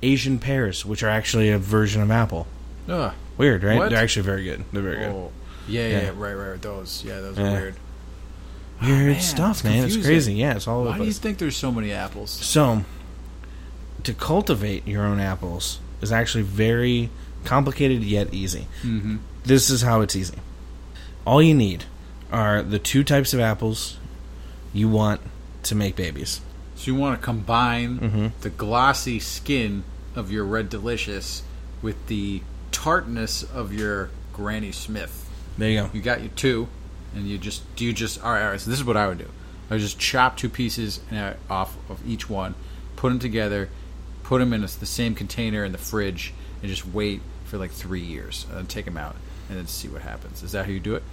Asian pears, which are actually a version of apple. Ugh. Weird, right? What? They're actually very good. They're very good. Oh. Yeah, yeah, Yeah. yeah, right, right. Those. Yeah, those are Yeah. weird. Oh, Weird man, it's stuff, man. It's confusing. crazy. Yeah, it's all over Why the do you place. think there's so many apples? So, to cultivate your own apples is actually very complicated yet easy. Mm-hmm. This is how it's easy. All you need are the two types of apples you want to make babies. So you want to combine the glossy skin of your Red Delicious with the tartness of your Granny Smith. There you go. You got your two, and you just do you just all right. All right. So this is what I would do. I would just chop two pieces uh, off of each one, put them together, put them in a, the same container in the fridge, and just wait for like three years and take them out and then see what happens. Is that how you do it?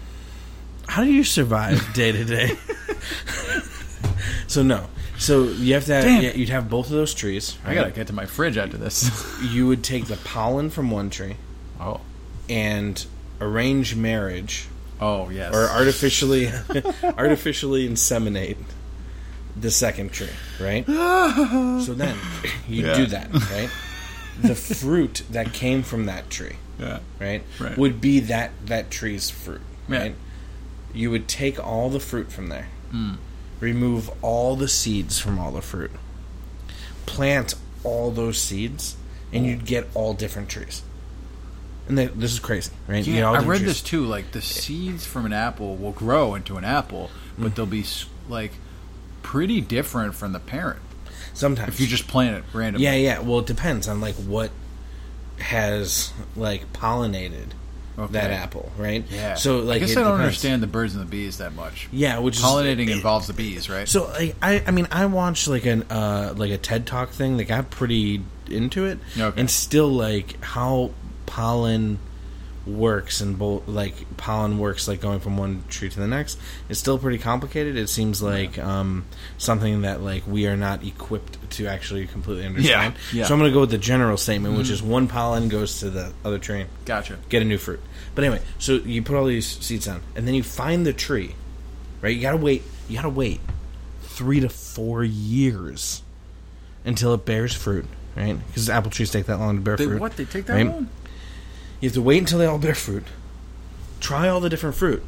How do you survive day to day? So no. So you have to. Damn. yeah, you'd have both of those trees. I gotta get to my fridge after this. You would take the pollen from one tree oh, and arrange marriage oh yes. or artificially artificially inseminate the second tree, right? so then you Yeah. do that, right? The fruit that came from that tree, yeah. right, Right. would be that that tree's fruit, Yeah. Hmm. right? You would take all the fruit from there, remove all the seeds from all the fruit, plant all those seeds, and Oh. you'd get all different trees. And they, this is crazy, right? You get Yeah, all I different read this trees. too. Like the seeds from an apple will grow into an apple, Mm-hmm. but they'll be s- like pretty different from the parent sometimes. if you just plant it randomly. yeah, yeah. Well, it depends on like what has like pollinated Okay. that apple, right? Yeah. So like, I guess it I don't depends. understand the birds and the bees that much. Yeah, which is- pollinating it- involves the bees, right? So like, I, I mean, I watched like an uh, like a TED Talk thing that got pretty into it, Okay. and still like how pollen works and bo- like pollen works like going from one tree to the next it's still pretty complicated it seems like um something that like we are not equipped to actually completely understand yeah. Mm-hmm. so i'm gonna go with the general statement which is one pollen goes to the other tree gotcha. get a new fruit. But anyway, so you put all these seeds down, and then you find the tree, right? You gotta wait. You gotta wait three to four years until it bears fruit, right? Because apple trees take that long to bear They, fruit. what they take that right? one? You have to wait until they all bear fruit. Try all the different fruit.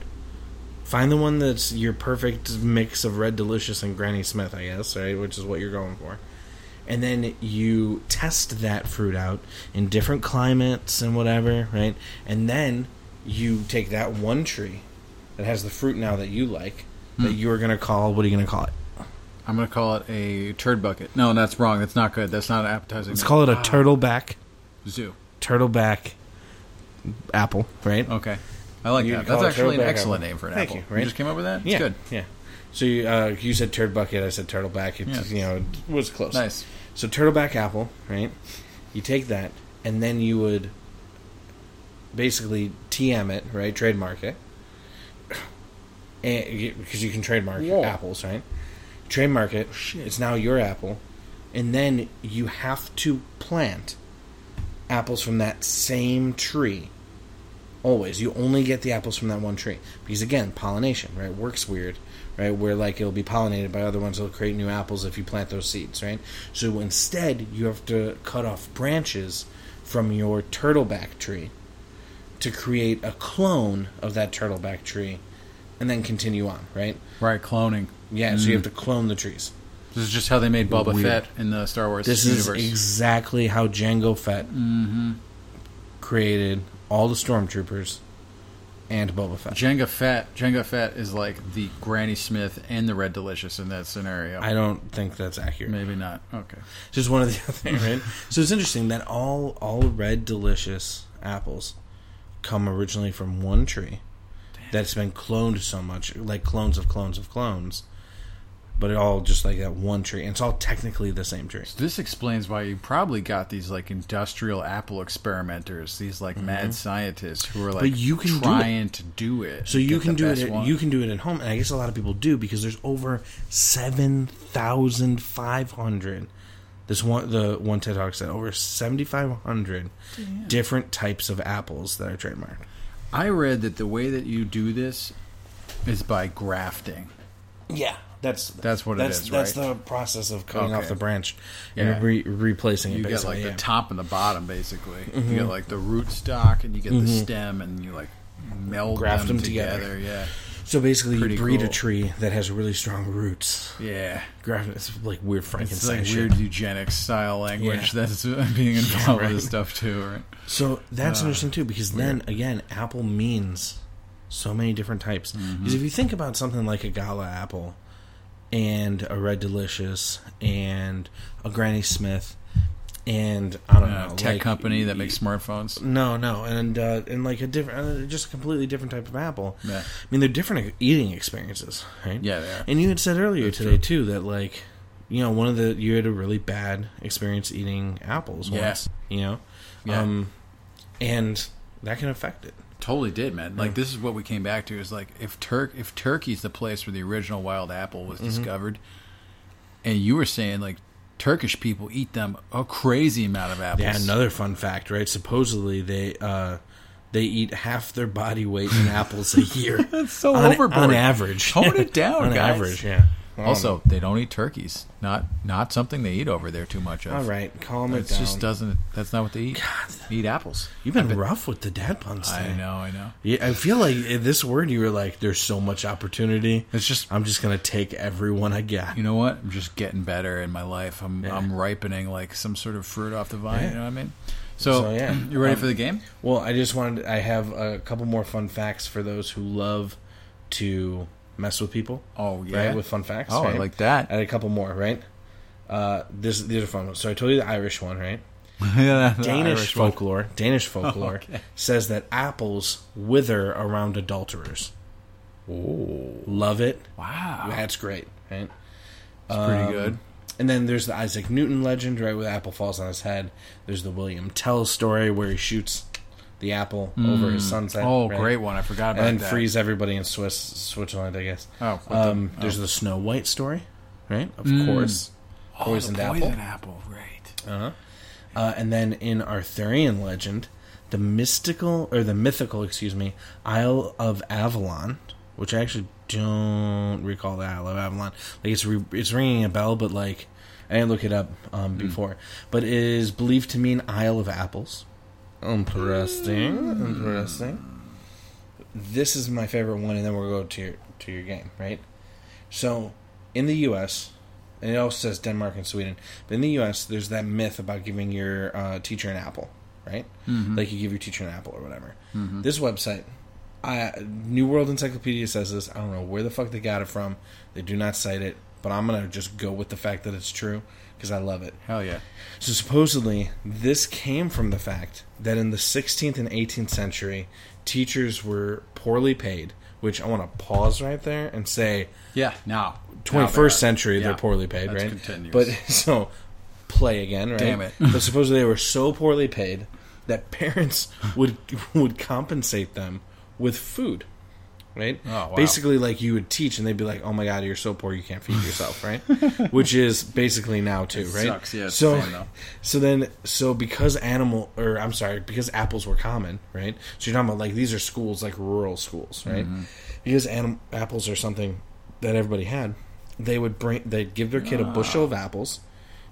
Find the one that's your perfect mix of Red Delicious and Granny Smith, I guess, right? Which is what you're going for. And then you test that fruit out in different climates and whatever, right? And then you take that one tree that has the fruit now that you like that you are going to call, what are you going to call it? I'm gonna call it a turd bucket. No, that's wrong. That's not good. That's not an appetizing. Let's name. call it a Ah, turtleback, zoo. turtleback apple, right? Okay, I like You that. call That's it actually an turd bucket excellent apple. name for an Thank apple. you, right? just came up with that. It's yeah, good. Yeah. So you, uh, you said turd bucket. I said turtleback. It, Yeah. You know, it was close. Nice. So turtleback apple, right? You take that, and then you would basically TM it, right? Trademark it, and because you can trademark Whoa. apples, right? Trademark it. Shit. It's now your apple, and then you have to plant apples from that same tree. Always, you only get the apples from that one tree because again, pollination, right, works weird, right? Where like it'll be pollinated by other ones, it'll create new apples if you plant those seeds, right? So instead, you have to cut off branches from your turtleback tree to create a clone of that turtleback tree, and then continue on, right? Right, cloning. Yeah, so you Mm. have to clone the trees. This is just how they made Boba Weird. Fett in the Star Wars This universe. Mm-hmm. is exactly how Django Fett created all the stormtroopers and Boba Fett. Jenga Fett. Jenga Fett is like the Granny Smith and the Red Delicious in that scenario. I don't think that's accurate. Maybe not. Okay. It's Just one of the other thing, right? so it's interesting that all all red delicious apples come originally from one tree that's been cloned so much, like clones of clones of clones. But it all just like that one tree, and it's all technically the same tree. This explains why you probably got these like industrial apple experimenters, these like mad scientists who are like Mm-hmm. you can do it. trying to do it. So and you get can the do it. best At, one. You can do it at home, and I guess a lot of people do because there's over seven thousand five hundred. This one, the one TED Talk said over seventy five hundred different types of apples that are trademarked. I read that the way that you do this is by grafting. Yeah, that's That's what it that's, is, That's right? the process of cutting Okay. off the branch Yeah. and re- replacing it. You get basically, like yeah. Mm-hmm. the top and the bottom, basically. You get like the root stock, and you get the stem, and you like meld Graft them, them together. together. Yeah, So basically, Pretty you breed a cool. tree that has really strong roots. yeah. Graph- It's like weird It's Frankenstein like shit. weird eugenics style language Yeah. that's uh, being involved with right. this stuff too, right? So that's Uh, interesting too, because then again, apple means so many different types. Mm-hmm. Because if you think about something like a gala apple and a red delicious and a Granny Smith and I don't Uh, know tech like- company that makes smartphones. No, no, and uh, and like a different, uh, just a completely different type of apple. Yeah. I mean, they're different e-, eating experiences, right? Yeah, they are. And you had said earlier today too that like, you know, one of the you had a really bad experience eating apples. Yeah. Once, you know, Yeah. um, and that can affect it. Totally did, man. Like this is what we came back to is like if Turk if Turkey's the place where the original wild apple Mm-hmm. was discovered, and you were saying like Turkish people eat them a crazy amount of apples. Yeah, another fun fact, right? Supposedly they uh, they eat half their body weight in apples a year. That's so on, overboard. on average. Tone it down, on guys. average, yeah. Also, they don't eat turkeys. Not not something they eat over there too much of. All right, calm it It down. just doesn't. That's not what they eat. They eat apples. You've been rough with the dad puns. I today. know. I know. Yeah, I feel like in this word you were like, "There's so much opportunity. It's just I'm just gonna take everyone I get." you know what? I'm just getting better in my life. I'm Yeah. I'm ripening like some sort of fruit off the vine. Yeah. You know what I mean? So, So, yeah. you ready Um, for the game? Well, I just wanted. I have a couple more fun facts for those who love to mess with people. Oh, yeah. right with fun facts. Oh, I right? like that. I had a couple more. Right. Uh, this these are fun ones. So I told you the Irish one, right? Yeah, the Danish Irish one. Oh, folklore. Danish folklore okay. says that apples wither around adulterers. Oh, love it. Wow, That's great. Right. that's pretty um, good. And then there's the Isaac Newton legend, right, where the apple falls on his head. There's the William Tell story where he shoots the apple over his son's head. Oh, right? great one! I forgot about And then that. frees everybody in Swiss Switzerland, I guess. Oh, what the- um, there's the Snow White story, right? Of course, Oh, the poisoned apple. poison apple. Right. Uh, and then in Arthurian legend, the mystical or the mythical, excuse me, Isle of Avalon, which I actually don't recall the Isle of Avalon. Like it's re- it's ringing a bell, but like I didn't look it up um, before. But it is believed to mean Isle of Apples. Interesting. Interesting. This is my favorite one, and then we'll go to your to your game, right? So, in the U.S., and it also says Denmark and Sweden, but in the U.S., there's that myth about giving your uh, teacher an apple, right? Like you give your teacher an apple or whatever. This website, I, New World Encyclopedia says this. I don't know where the fuck they got it from. They do not cite it, but I'm gonna just go with the fact that it's true because I love it. Hell yeah. So supposedly, this came from the fact that in the 16th and 18th century, teachers were poorly paid. Which I want to pause right there and say, Yeah. Now, 21st now they are. century, Yeah. they're poorly paid, That's right? Continuous. But so play again, right? Damn it. but supposedly they were so poorly paid that parents would would compensate them with food, right? Oh, wow. Basically, like you would teach, and they'd be like, "Oh my god, you're so poor, you can't feed yourself," right? Which is basically now too, right? sucks, yeah, it's So the same now. so then so because animal or I'm sorry, because apples were common, right? So you're talking about like these are schools like rural schools, right? Mm-hmm. Because anim- apples are something that everybody had. They would bring they'd give their kid Ah. a bushel of apples.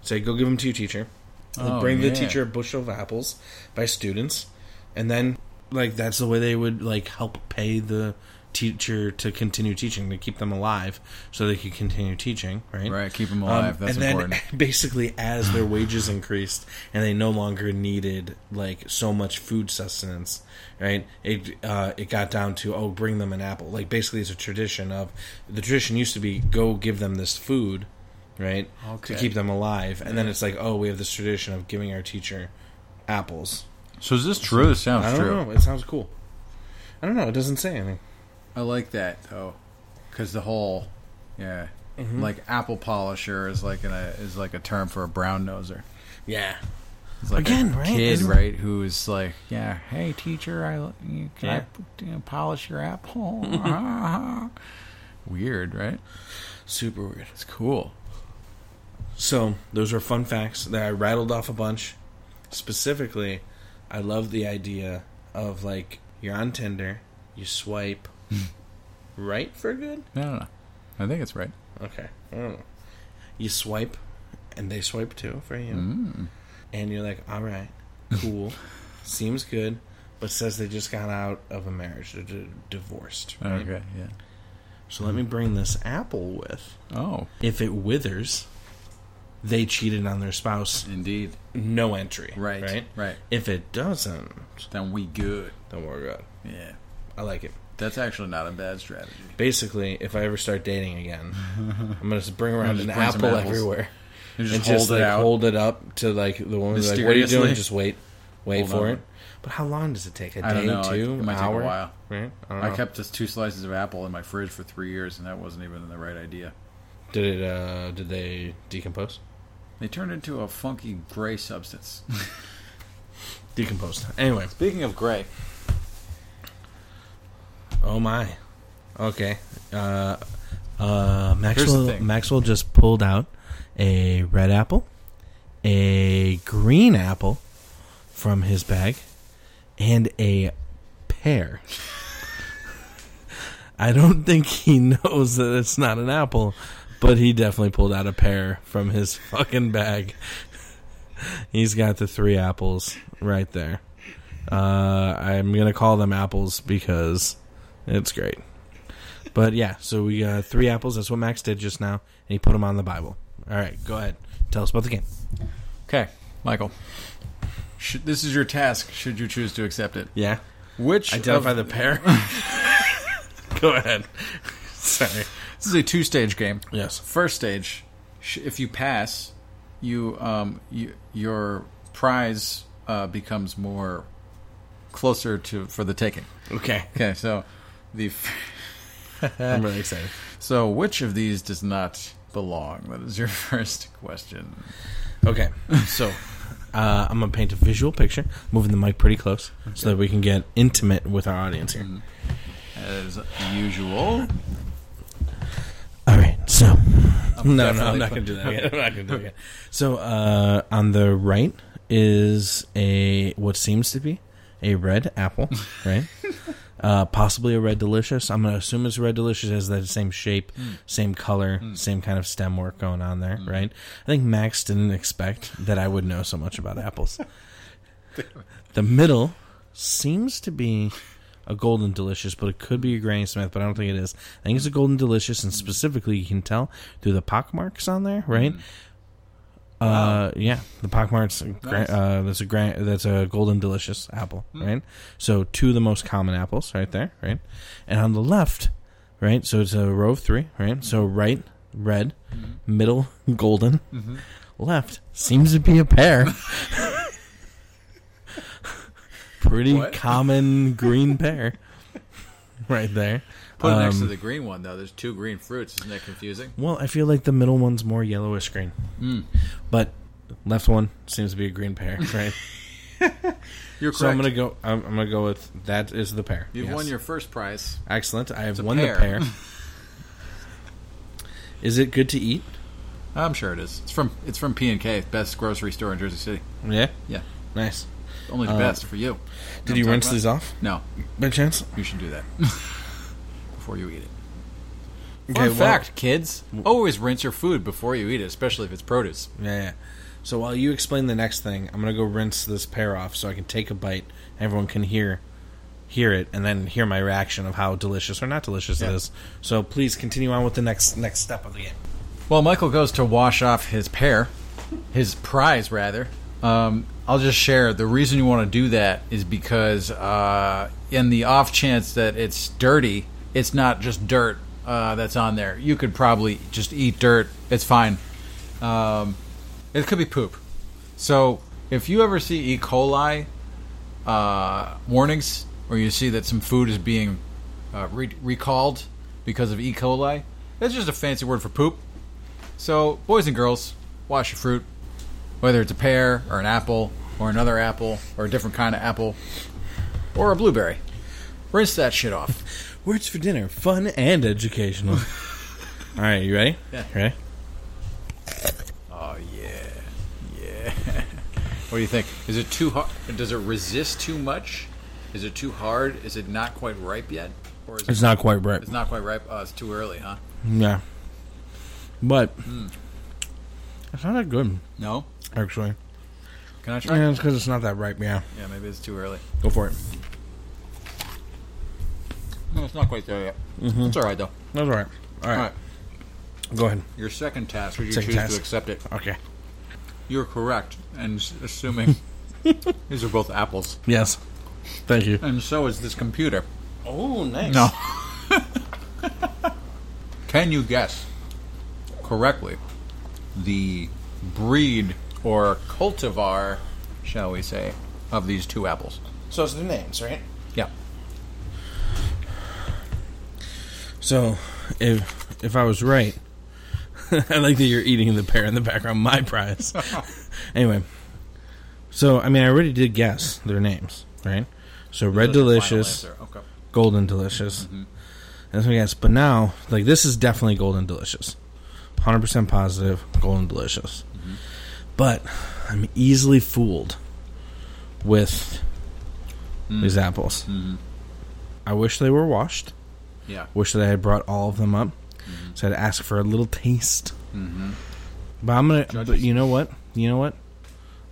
Say go give them to your teacher. They'd Oh, bring yeah. the teacher a bushel of apples by students and then like that's the way they would like help pay the teacher to continue teaching to keep them alive so they could continue teaching right Right, keep 'em Um, alive, that's and then important. basically as their wages increased and they no longer needed like so much food sustenance right it uh, it got down to oh bring them an apple like basically it's a tradition of the tradition used to be go give them this food right Okay. to keep them alive and then it's like oh we have this tradition of giving our teacher apples So is this true? This sounds I don't true. know. It sounds cool. I don't know. It doesn't say anything. I like that though, because the whole, yeah, Mm-hmm. like apple polisher is like an, a is like a term for a brown noser. Yeah. It's like Again, a right? kid, Isn't- right? Who is like, yeah, hey teacher, I you- can Yeah. I you know, polish your apple? Weird, right? Super weird. It's cool. So those were fun facts that I rattled off a bunch. Specifically, I love the idea of like you're on Tinder, you swipe right for good. No, no, no. I think it's right. Okay. I don't know. You swipe, and they swipe too for you. And you're like, all right, cool, seems good, but says they just got out of a marriage, they're d- divorced. right? Okay, yeah. So let me bring this apple with. Oh, If it withers, they cheated on their spouse. indeed. No entry. Right, Right. right. If it doesn't, Then we good. don't worry about it. Yeah, I like it. that's actually not a bad strategy. Basically, if I ever start dating again, I'm gonna just bring around Just an bring some apple apples. everywhere You just and hold just it like out. hold it up to like the woman. who's Like, what are you doing? Mysteriously. Just wait, wait Hold for on. it. But how long does it take? A I don't day, know. It- two, it might take a hour? while. Right? I don't I know. kept just two slices of apple in my fridge for three years, and that wasn't even the right idea. Did it? Uh, did they decompose? They turned into a funky gray substance. Decomposed. Anyway. Speaking of gray, Oh my. Okay. Uh, uh, Here's the Maxwell thing. Maxwell just pulled out a red apple, a green apple from his bag, and a pear. I don't think he knows that it's not an apple, but he definitely pulled out a pear from his fucking bag. He's got the three apples right there. Uh, I'm gonna call them apples because it's great. But yeah, so we got three apples. That's what Max did just now, and he put them on the Bible. All right, go ahead. Tell us about the game. Okay, Michael. Should, this is your task. Should you choose to accept it? Yeah, Which Identify of- the pair. Go ahead. Sorry. this is a two-stage game. Yes. First stage, sh- if you pass, you um you, your prize uh, becomes more closer to for the taking. Okay. Okay, so the f- Uh, I'm really excited. so which of these does not belong? That is your first question. Okay. So uh, I'm gonna paint a visual picture, moving the mic pretty close so that we can get intimate with our audience here. Mm. As usual, All right, so no, no, definitely I'm not put- gonna do that. Again. I'm not gonna do it again. So uh, on the right is a what seems to be a red apple, right? uh, possibly a red delicious. I'm gonna assume it's red delicious. It Has that same shape, same color, same kind of stem work going on there, right? I think Max didn't expect that I would know so much about apples. the middle seems to be a golden delicious, but it could be a Granny Smith, but I don't think it is. I think it's a golden delicious, and specifically, you can tell through the pock marks on there, right? Uh, yeah, the pock marks. gra- Uh, that's a gran- That's a golden delicious apple, Hmm. right? So two of the most common apples, right there, right? And on the left, right. So it's a row of three, right? So Mm-hmm. right, red, middle, golden, Mm-hmm. left seems to be a pear. Pretty What? common green pear, right there. put it next to Um, the green one though. There's two green fruits. Isn't that confusing? well, I feel like the middle one's more yellowish green, Hmm. but left one seems to be a green pear, right? You're correct. So I'm gonna go. I'm, I'm gonna go with that is the pair. You've Yes. won your first prize. excellent. I have a won pear. the pair. is it good to eat? I'm sure it is. It's from it's from P and K, best grocery store in Jersey City. Yeah, Yeah, nice. only the Uh, best for you. Did I'm you talking rinse about- these off No, by chance? you should do that before you eat it. Okay, Fun well- fact, kids: always rinse your food before you eat it, especially if it's produce. Yeah, yeah. So while you explain the next thing, I'm gonna go rinse this pear off so I can take a bite. Everyone can hear hear it and then hear my reaction of how delicious or not delicious it Yeah. is. So please continue on with the next next step of the game. Well, Michael goes to wash off his pair, his prize rather. Um, I'll just share the reason you want to do that is because uh, in the off chance that it's dirty, it's not just dirt uh, that's on there. You could probably just eat dirt. It's fine. Um, it could be poop. So if you ever see E. coli uh, warnings, or you see that some food is being uh, re- recalled because of E. coli, that's just a fancy word for poop. So, boys and girls, wash your fruit, whether it's a pear or an apple or another apple or a different kind of apple or a blueberry. Rinse that shit off. Words for dinner, fun and educational. All right, you ready? Yeah. Ready? Oh yeah, yeah. what do you think? Is it too hard? Does it resist too much? Is it too hard? Is it not quite ripe yet? Or is It's not quite right. It's not quite ripe. Oh, it's too early, huh? Yeah. But it's not that good, No. actually. Can I try? Yeah, it's because it's not that ripe. Yeah, Yeah, maybe it's too early. go for it. No, it's not quite there yet. It's all right though. That's all right. Mm-hmm. All right, All right. go ahead. Your second task. Would you Second choose to task. accept it? Okay. You're correct, and s- assuming these are both apples, Yes. Thank you. and so is this computer. Oh nice. No. Can you guess correctly the breed or cultivar, shall we say, of these two apples? So it's the names, right? Yeah. So, if if I was right, I like that you're eating the pear in the background. My prize. anyway, so I mean, I already did guess their names, right? So, That's your red final delicious, answer. Okay. golden delicious. That's my guess. But now, like this is definitely golden delicious. 100% positive, golden delicious. But I'm easily fooled with these apples. I wish they were washed. Yeah. Wish that I had brought all of them up. So I had to ask for a little taste. But I'm gonna. But Judges. you know what? You know what?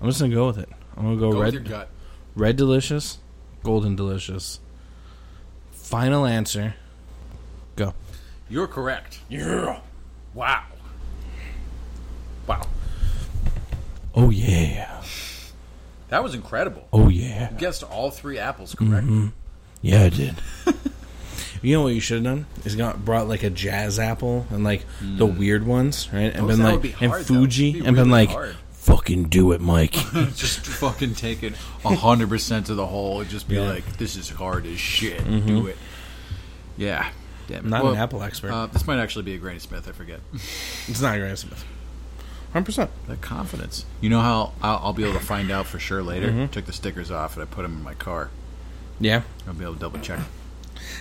I'm just gonna go with it. I'm gonna go, Go with your red, gut. red delicious, golden delicious. Final answer. Go. You're correct. Yeah. Wow. Wow. Oh yeah. That was incredible. Oh yeah. You guessed all three apples correct. Mm-hmm. Yeah, I did. you know what you should have done is got brought like a jazz apple and like the weird ones, right? And Those- that been like would be and hard, though. It'd Fuji be and been really like, hard. fucking do it, Mike. Just fucking take it hundred percent to the whole. and Just be Yeah. Mm-hmm. like, this is hard as shit. Do it. Yeah. Damn. it. Not Well, an apple expert. Uh, this might actually be a Granny Smith. I forget. it's not Grant Smith. Hundred percent. That confidence. You know how I'll, I'll be able to find out for sure later. Mm-hmm. Took the stickers off and I put them in my car. Yeah. I'll be able to double check.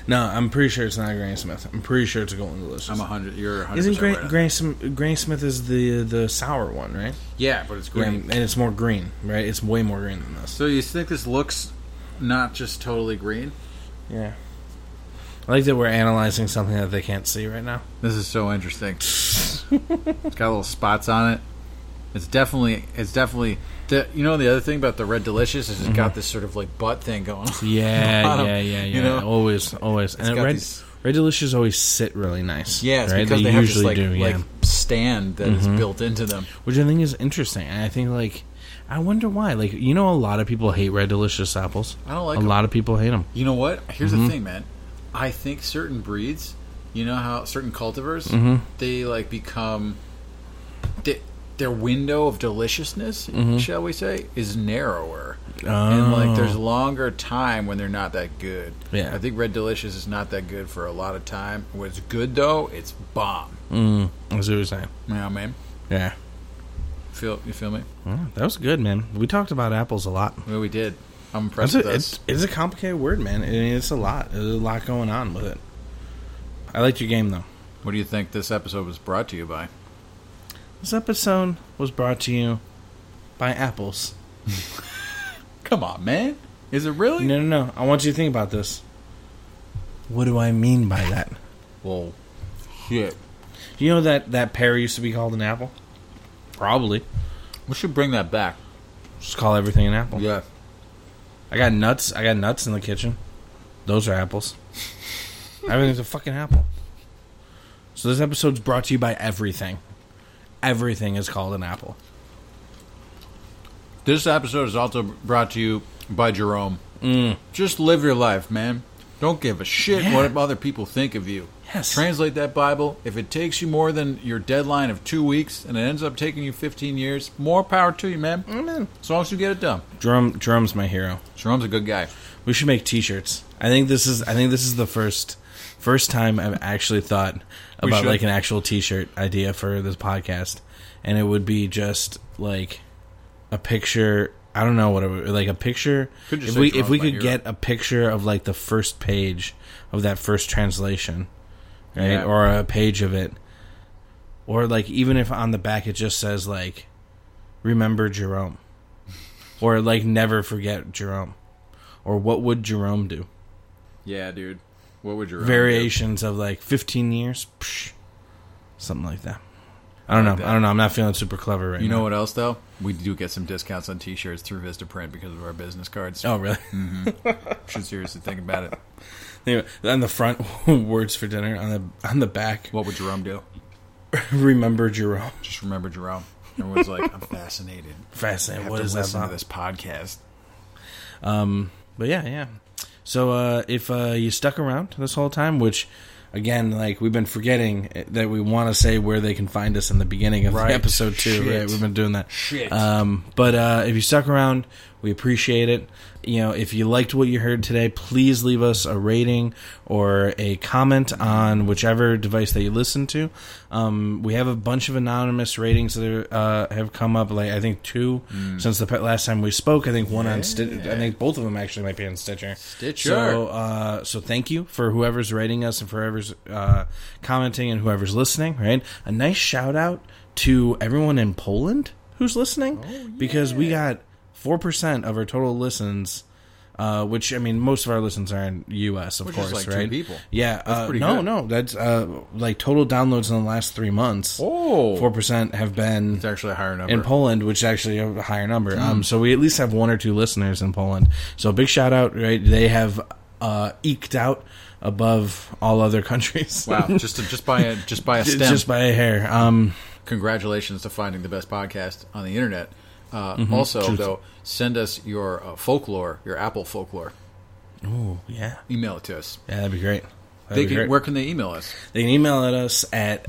No, I'm pretty sure it's not Grant Smith. I'm pretty sure it's a Golden Delicious. I'm hundred. You're hundred. Isn't right Grant, on Grant, Sm- Grant Smith is the the sour one, right? that. Yeah, but it's Yeah, green. and it's more green, right? It's way more green than this. So you think this looks not just totally green? Yeah. I like that we're analyzing something that they can't see right now. This is so interesting. it's got little spots on it. It's definitely. It's definitely. The, you know the other thing about the red delicious is it's Mm-hmm. got this sort of like butt thing going. on. Yeah, bottom, yeah, yeah, yeah. you know? always, always. And got red, these- red delicious always sit really nice. Yeah, it's right? because they, have this like, do, Mm-hmm. like stand that is built into them. which I think is interesting. And I think like, I wonder why. Like, you know, a lot of people hate red delicious apples. I don't like a 'em. lot of people hate them. You know what? Here's Mm-hmm. the thing, man. I think certain breeds, you know how certain cultivars, Mm-hmm. they like become they, their window of deliciousness, Mm-hmm. shall we say, is narrower. And like there's longer time when they're not that good. Oh. Yeah. I think red delicious is not that good for a lot of time. When it's good though, it's bomb. Mm, I see what you're saying. You know, man. Yeah. Feel you feel me? Yeah, that was good, man. We talked about apples a lot. Well, we did. I'm impressed That's a, with us. it's, it's a complicated word, man. I mean, it's a lot. There's a lot going on with it. I liked your game, though. What do you think this episode was brought to you by? This episode was brought to you by apples. Come on, man. Is it really? No, no, no. I want you to think about this. What do I mean by that? Well, shit. Do you know that that pear used to be called an apple? Probably. We should bring that back. Just call everything an apple. Yeah. I got nuts. I got nuts in the kitchen. Those are apples. Everything's a fucking apple. So this episode's brought to you by everything. Everything is called an apple. This episode is also brought to you by Jerome. Just live your life, man. Don't give a shit Yeah. what other people think of you. Yes. Translate that Bible. If it takes you more than your deadline of two weeks and it ends up taking you 15 years, more power to you, man. Amen. As long as you get it done. Drum, drum's my hero. Jerome's a good guy. We should make T-shirts. I think this is. I think this is the first first time I've actually thought We about should. like an actual T-shirt idea for this podcast, and it would be just like a picture. I don't know what it would, like a picture. Could just if say we drawn if we by could hero. get a picture of like the first page of that first translation, right, Yeah. or a page of it, or like even if on the back it just says like, "Remember Jerome," or like "Never forget Jerome." Or what would Jerome do? Yeah, dude. What would Jerome variations of like 15 years, psh, something like that. I don't know. that. I don't know. I'm not feeling super clever right You now. know what else, though? We do get some discounts on t shirts through Vistaprint because of our business cards. Oh really? Mm. should seriously think about it. Anyway, on the front, words for dinner. On the on the back, What would Jerome do? remember Jerome. Just remember Jerome. Everyone's like, I'm fascinated. I Fascinating. have What to is that listen about? to this podcast. But yeah, yeah. So uh, if uh, you stuck around this whole time, which again, like we've been forgetting eh, that we want to say where they can find us in the beginning of Right. the episode too. Shit. Right? We've been doing that. Shit. Um, but uh, if you stuck around, we appreciate it. You know, if you liked what you heard today, please leave us a rating or a comment on whichever device that you listen to. Um, we have a bunch of anonymous ratings that are, uh, have come up. Like I think two since the pe- last time we spoke. I think one on Stitcher. I think both of them actually might be on Stitcher. Stitcher. So, uh, so thank you for whoever's rating us and for whoever's uh, commenting and whoever's listening. Right, a nice shout out to everyone in Oh, Poland who's listening because we got four percent of our total listens Uh, which I mean, most of our listens are in U.S. of Which is course, like two right? people. Yeah, uh, pretty no, good. no, that's uh, like total downloads in the last three months. Oh. four percent have been It's actually a higher number. in Poland, which is actually a higher number. Mm. Um, so we at least have one or two listeners in Poland. So big shout out, right? They have uh, eked out above all other countries. wow, just to, just by a just by a J- stem. just by a hair. Um, Congratulations to finding the best podcast on the internet. Uh, Mm-hmm. Also, though, send us your uh, folklore, your Apple folklore. ooh, yeah, Email it to us. yeah, that'd be great. That'd They be can, great. where can they email us? They can email at us at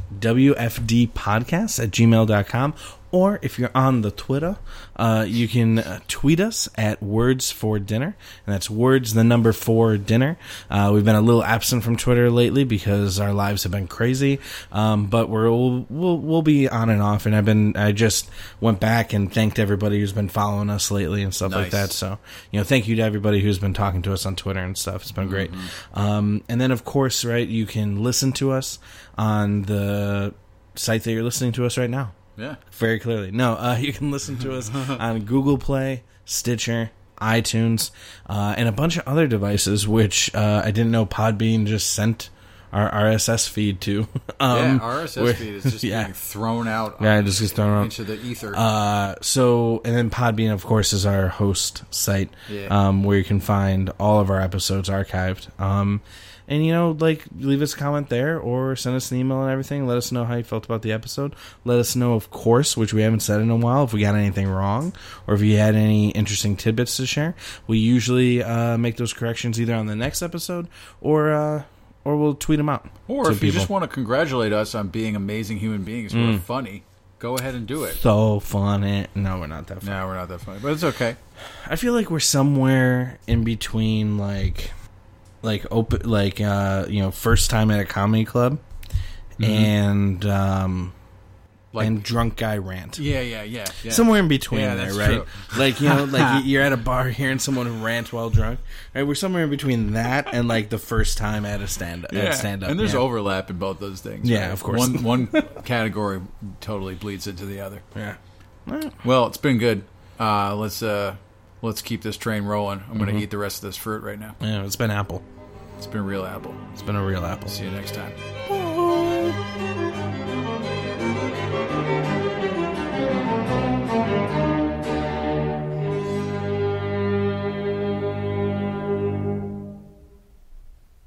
wfdpodcast at gmail.com. Or if you're on the Twitter, uh, you can uh, tweet us at words for dinner. And that's words, the number for dinner. Uh, we've been a little absent from Twitter lately because our lives have been crazy. Um, but we're, we'll, we'll, we'll be on and off. And I've been, I just went back and thanked everybody who's been following us lately and stuff Nice. like that. So, you know, thank you to everybody who's been talking to us on Twitter and stuff. It's been great. Mm-hmm. Um, and then, of course, right, you can listen to us on the site that you're listening to us right now. Yeah. Very clearly. No, uh, you can listen to us on Google Play, Stitcher, iTunes, uh, and a bunch of other devices, which uh, I didn't know Podbean just sent our RSS feed to. um, yeah, RSS where- feed is just yeah. being thrown out Yeah, on- it just gets thrown out. into the ether. Uh, so and then Podbean, of course, is our host site, Yeah. um, where you can find all of our episodes archived. Um, and you know, like leave us a comment there or send us an email and everything. Let us know how you felt about the episode. Let us know, of course, which we haven't said in a while, if we got anything wrong or if you had any interesting tidbits to share. We usually uh, make those corrections either on the next episode or uh, or we'll tweet them out. or to if you people. Mm. just want to congratulate us on being amazing human beings who are funny, go ahead and do it. so funny. No, we're not that. Funny. No, we're not that funny, but it's okay. I feel like we're somewhere in between like like open like uh you know first time at a comedy club and um Mm-hmm. Like, and drunk guy rant. yeah, yeah, yeah, yeah. Somewhere in between Yeah, there, that's right? Like you know, like y- you're at a bar hearing someone rant while drunk. Right? We're somewhere in between that and like the first time at a stand up Yeah, at stand up. and there's yeah. overlap in both those things. Yeah, right? of course. One one category totally bleeds into the other. yeah. Well, it's been good. Uh, let's uh, let's keep this train rolling. I'm Mm-hmm. going to eat the rest of this fruit right now. Yeah, it's been apple. It's been real apple. It's been a real apple. See you next time. Bye.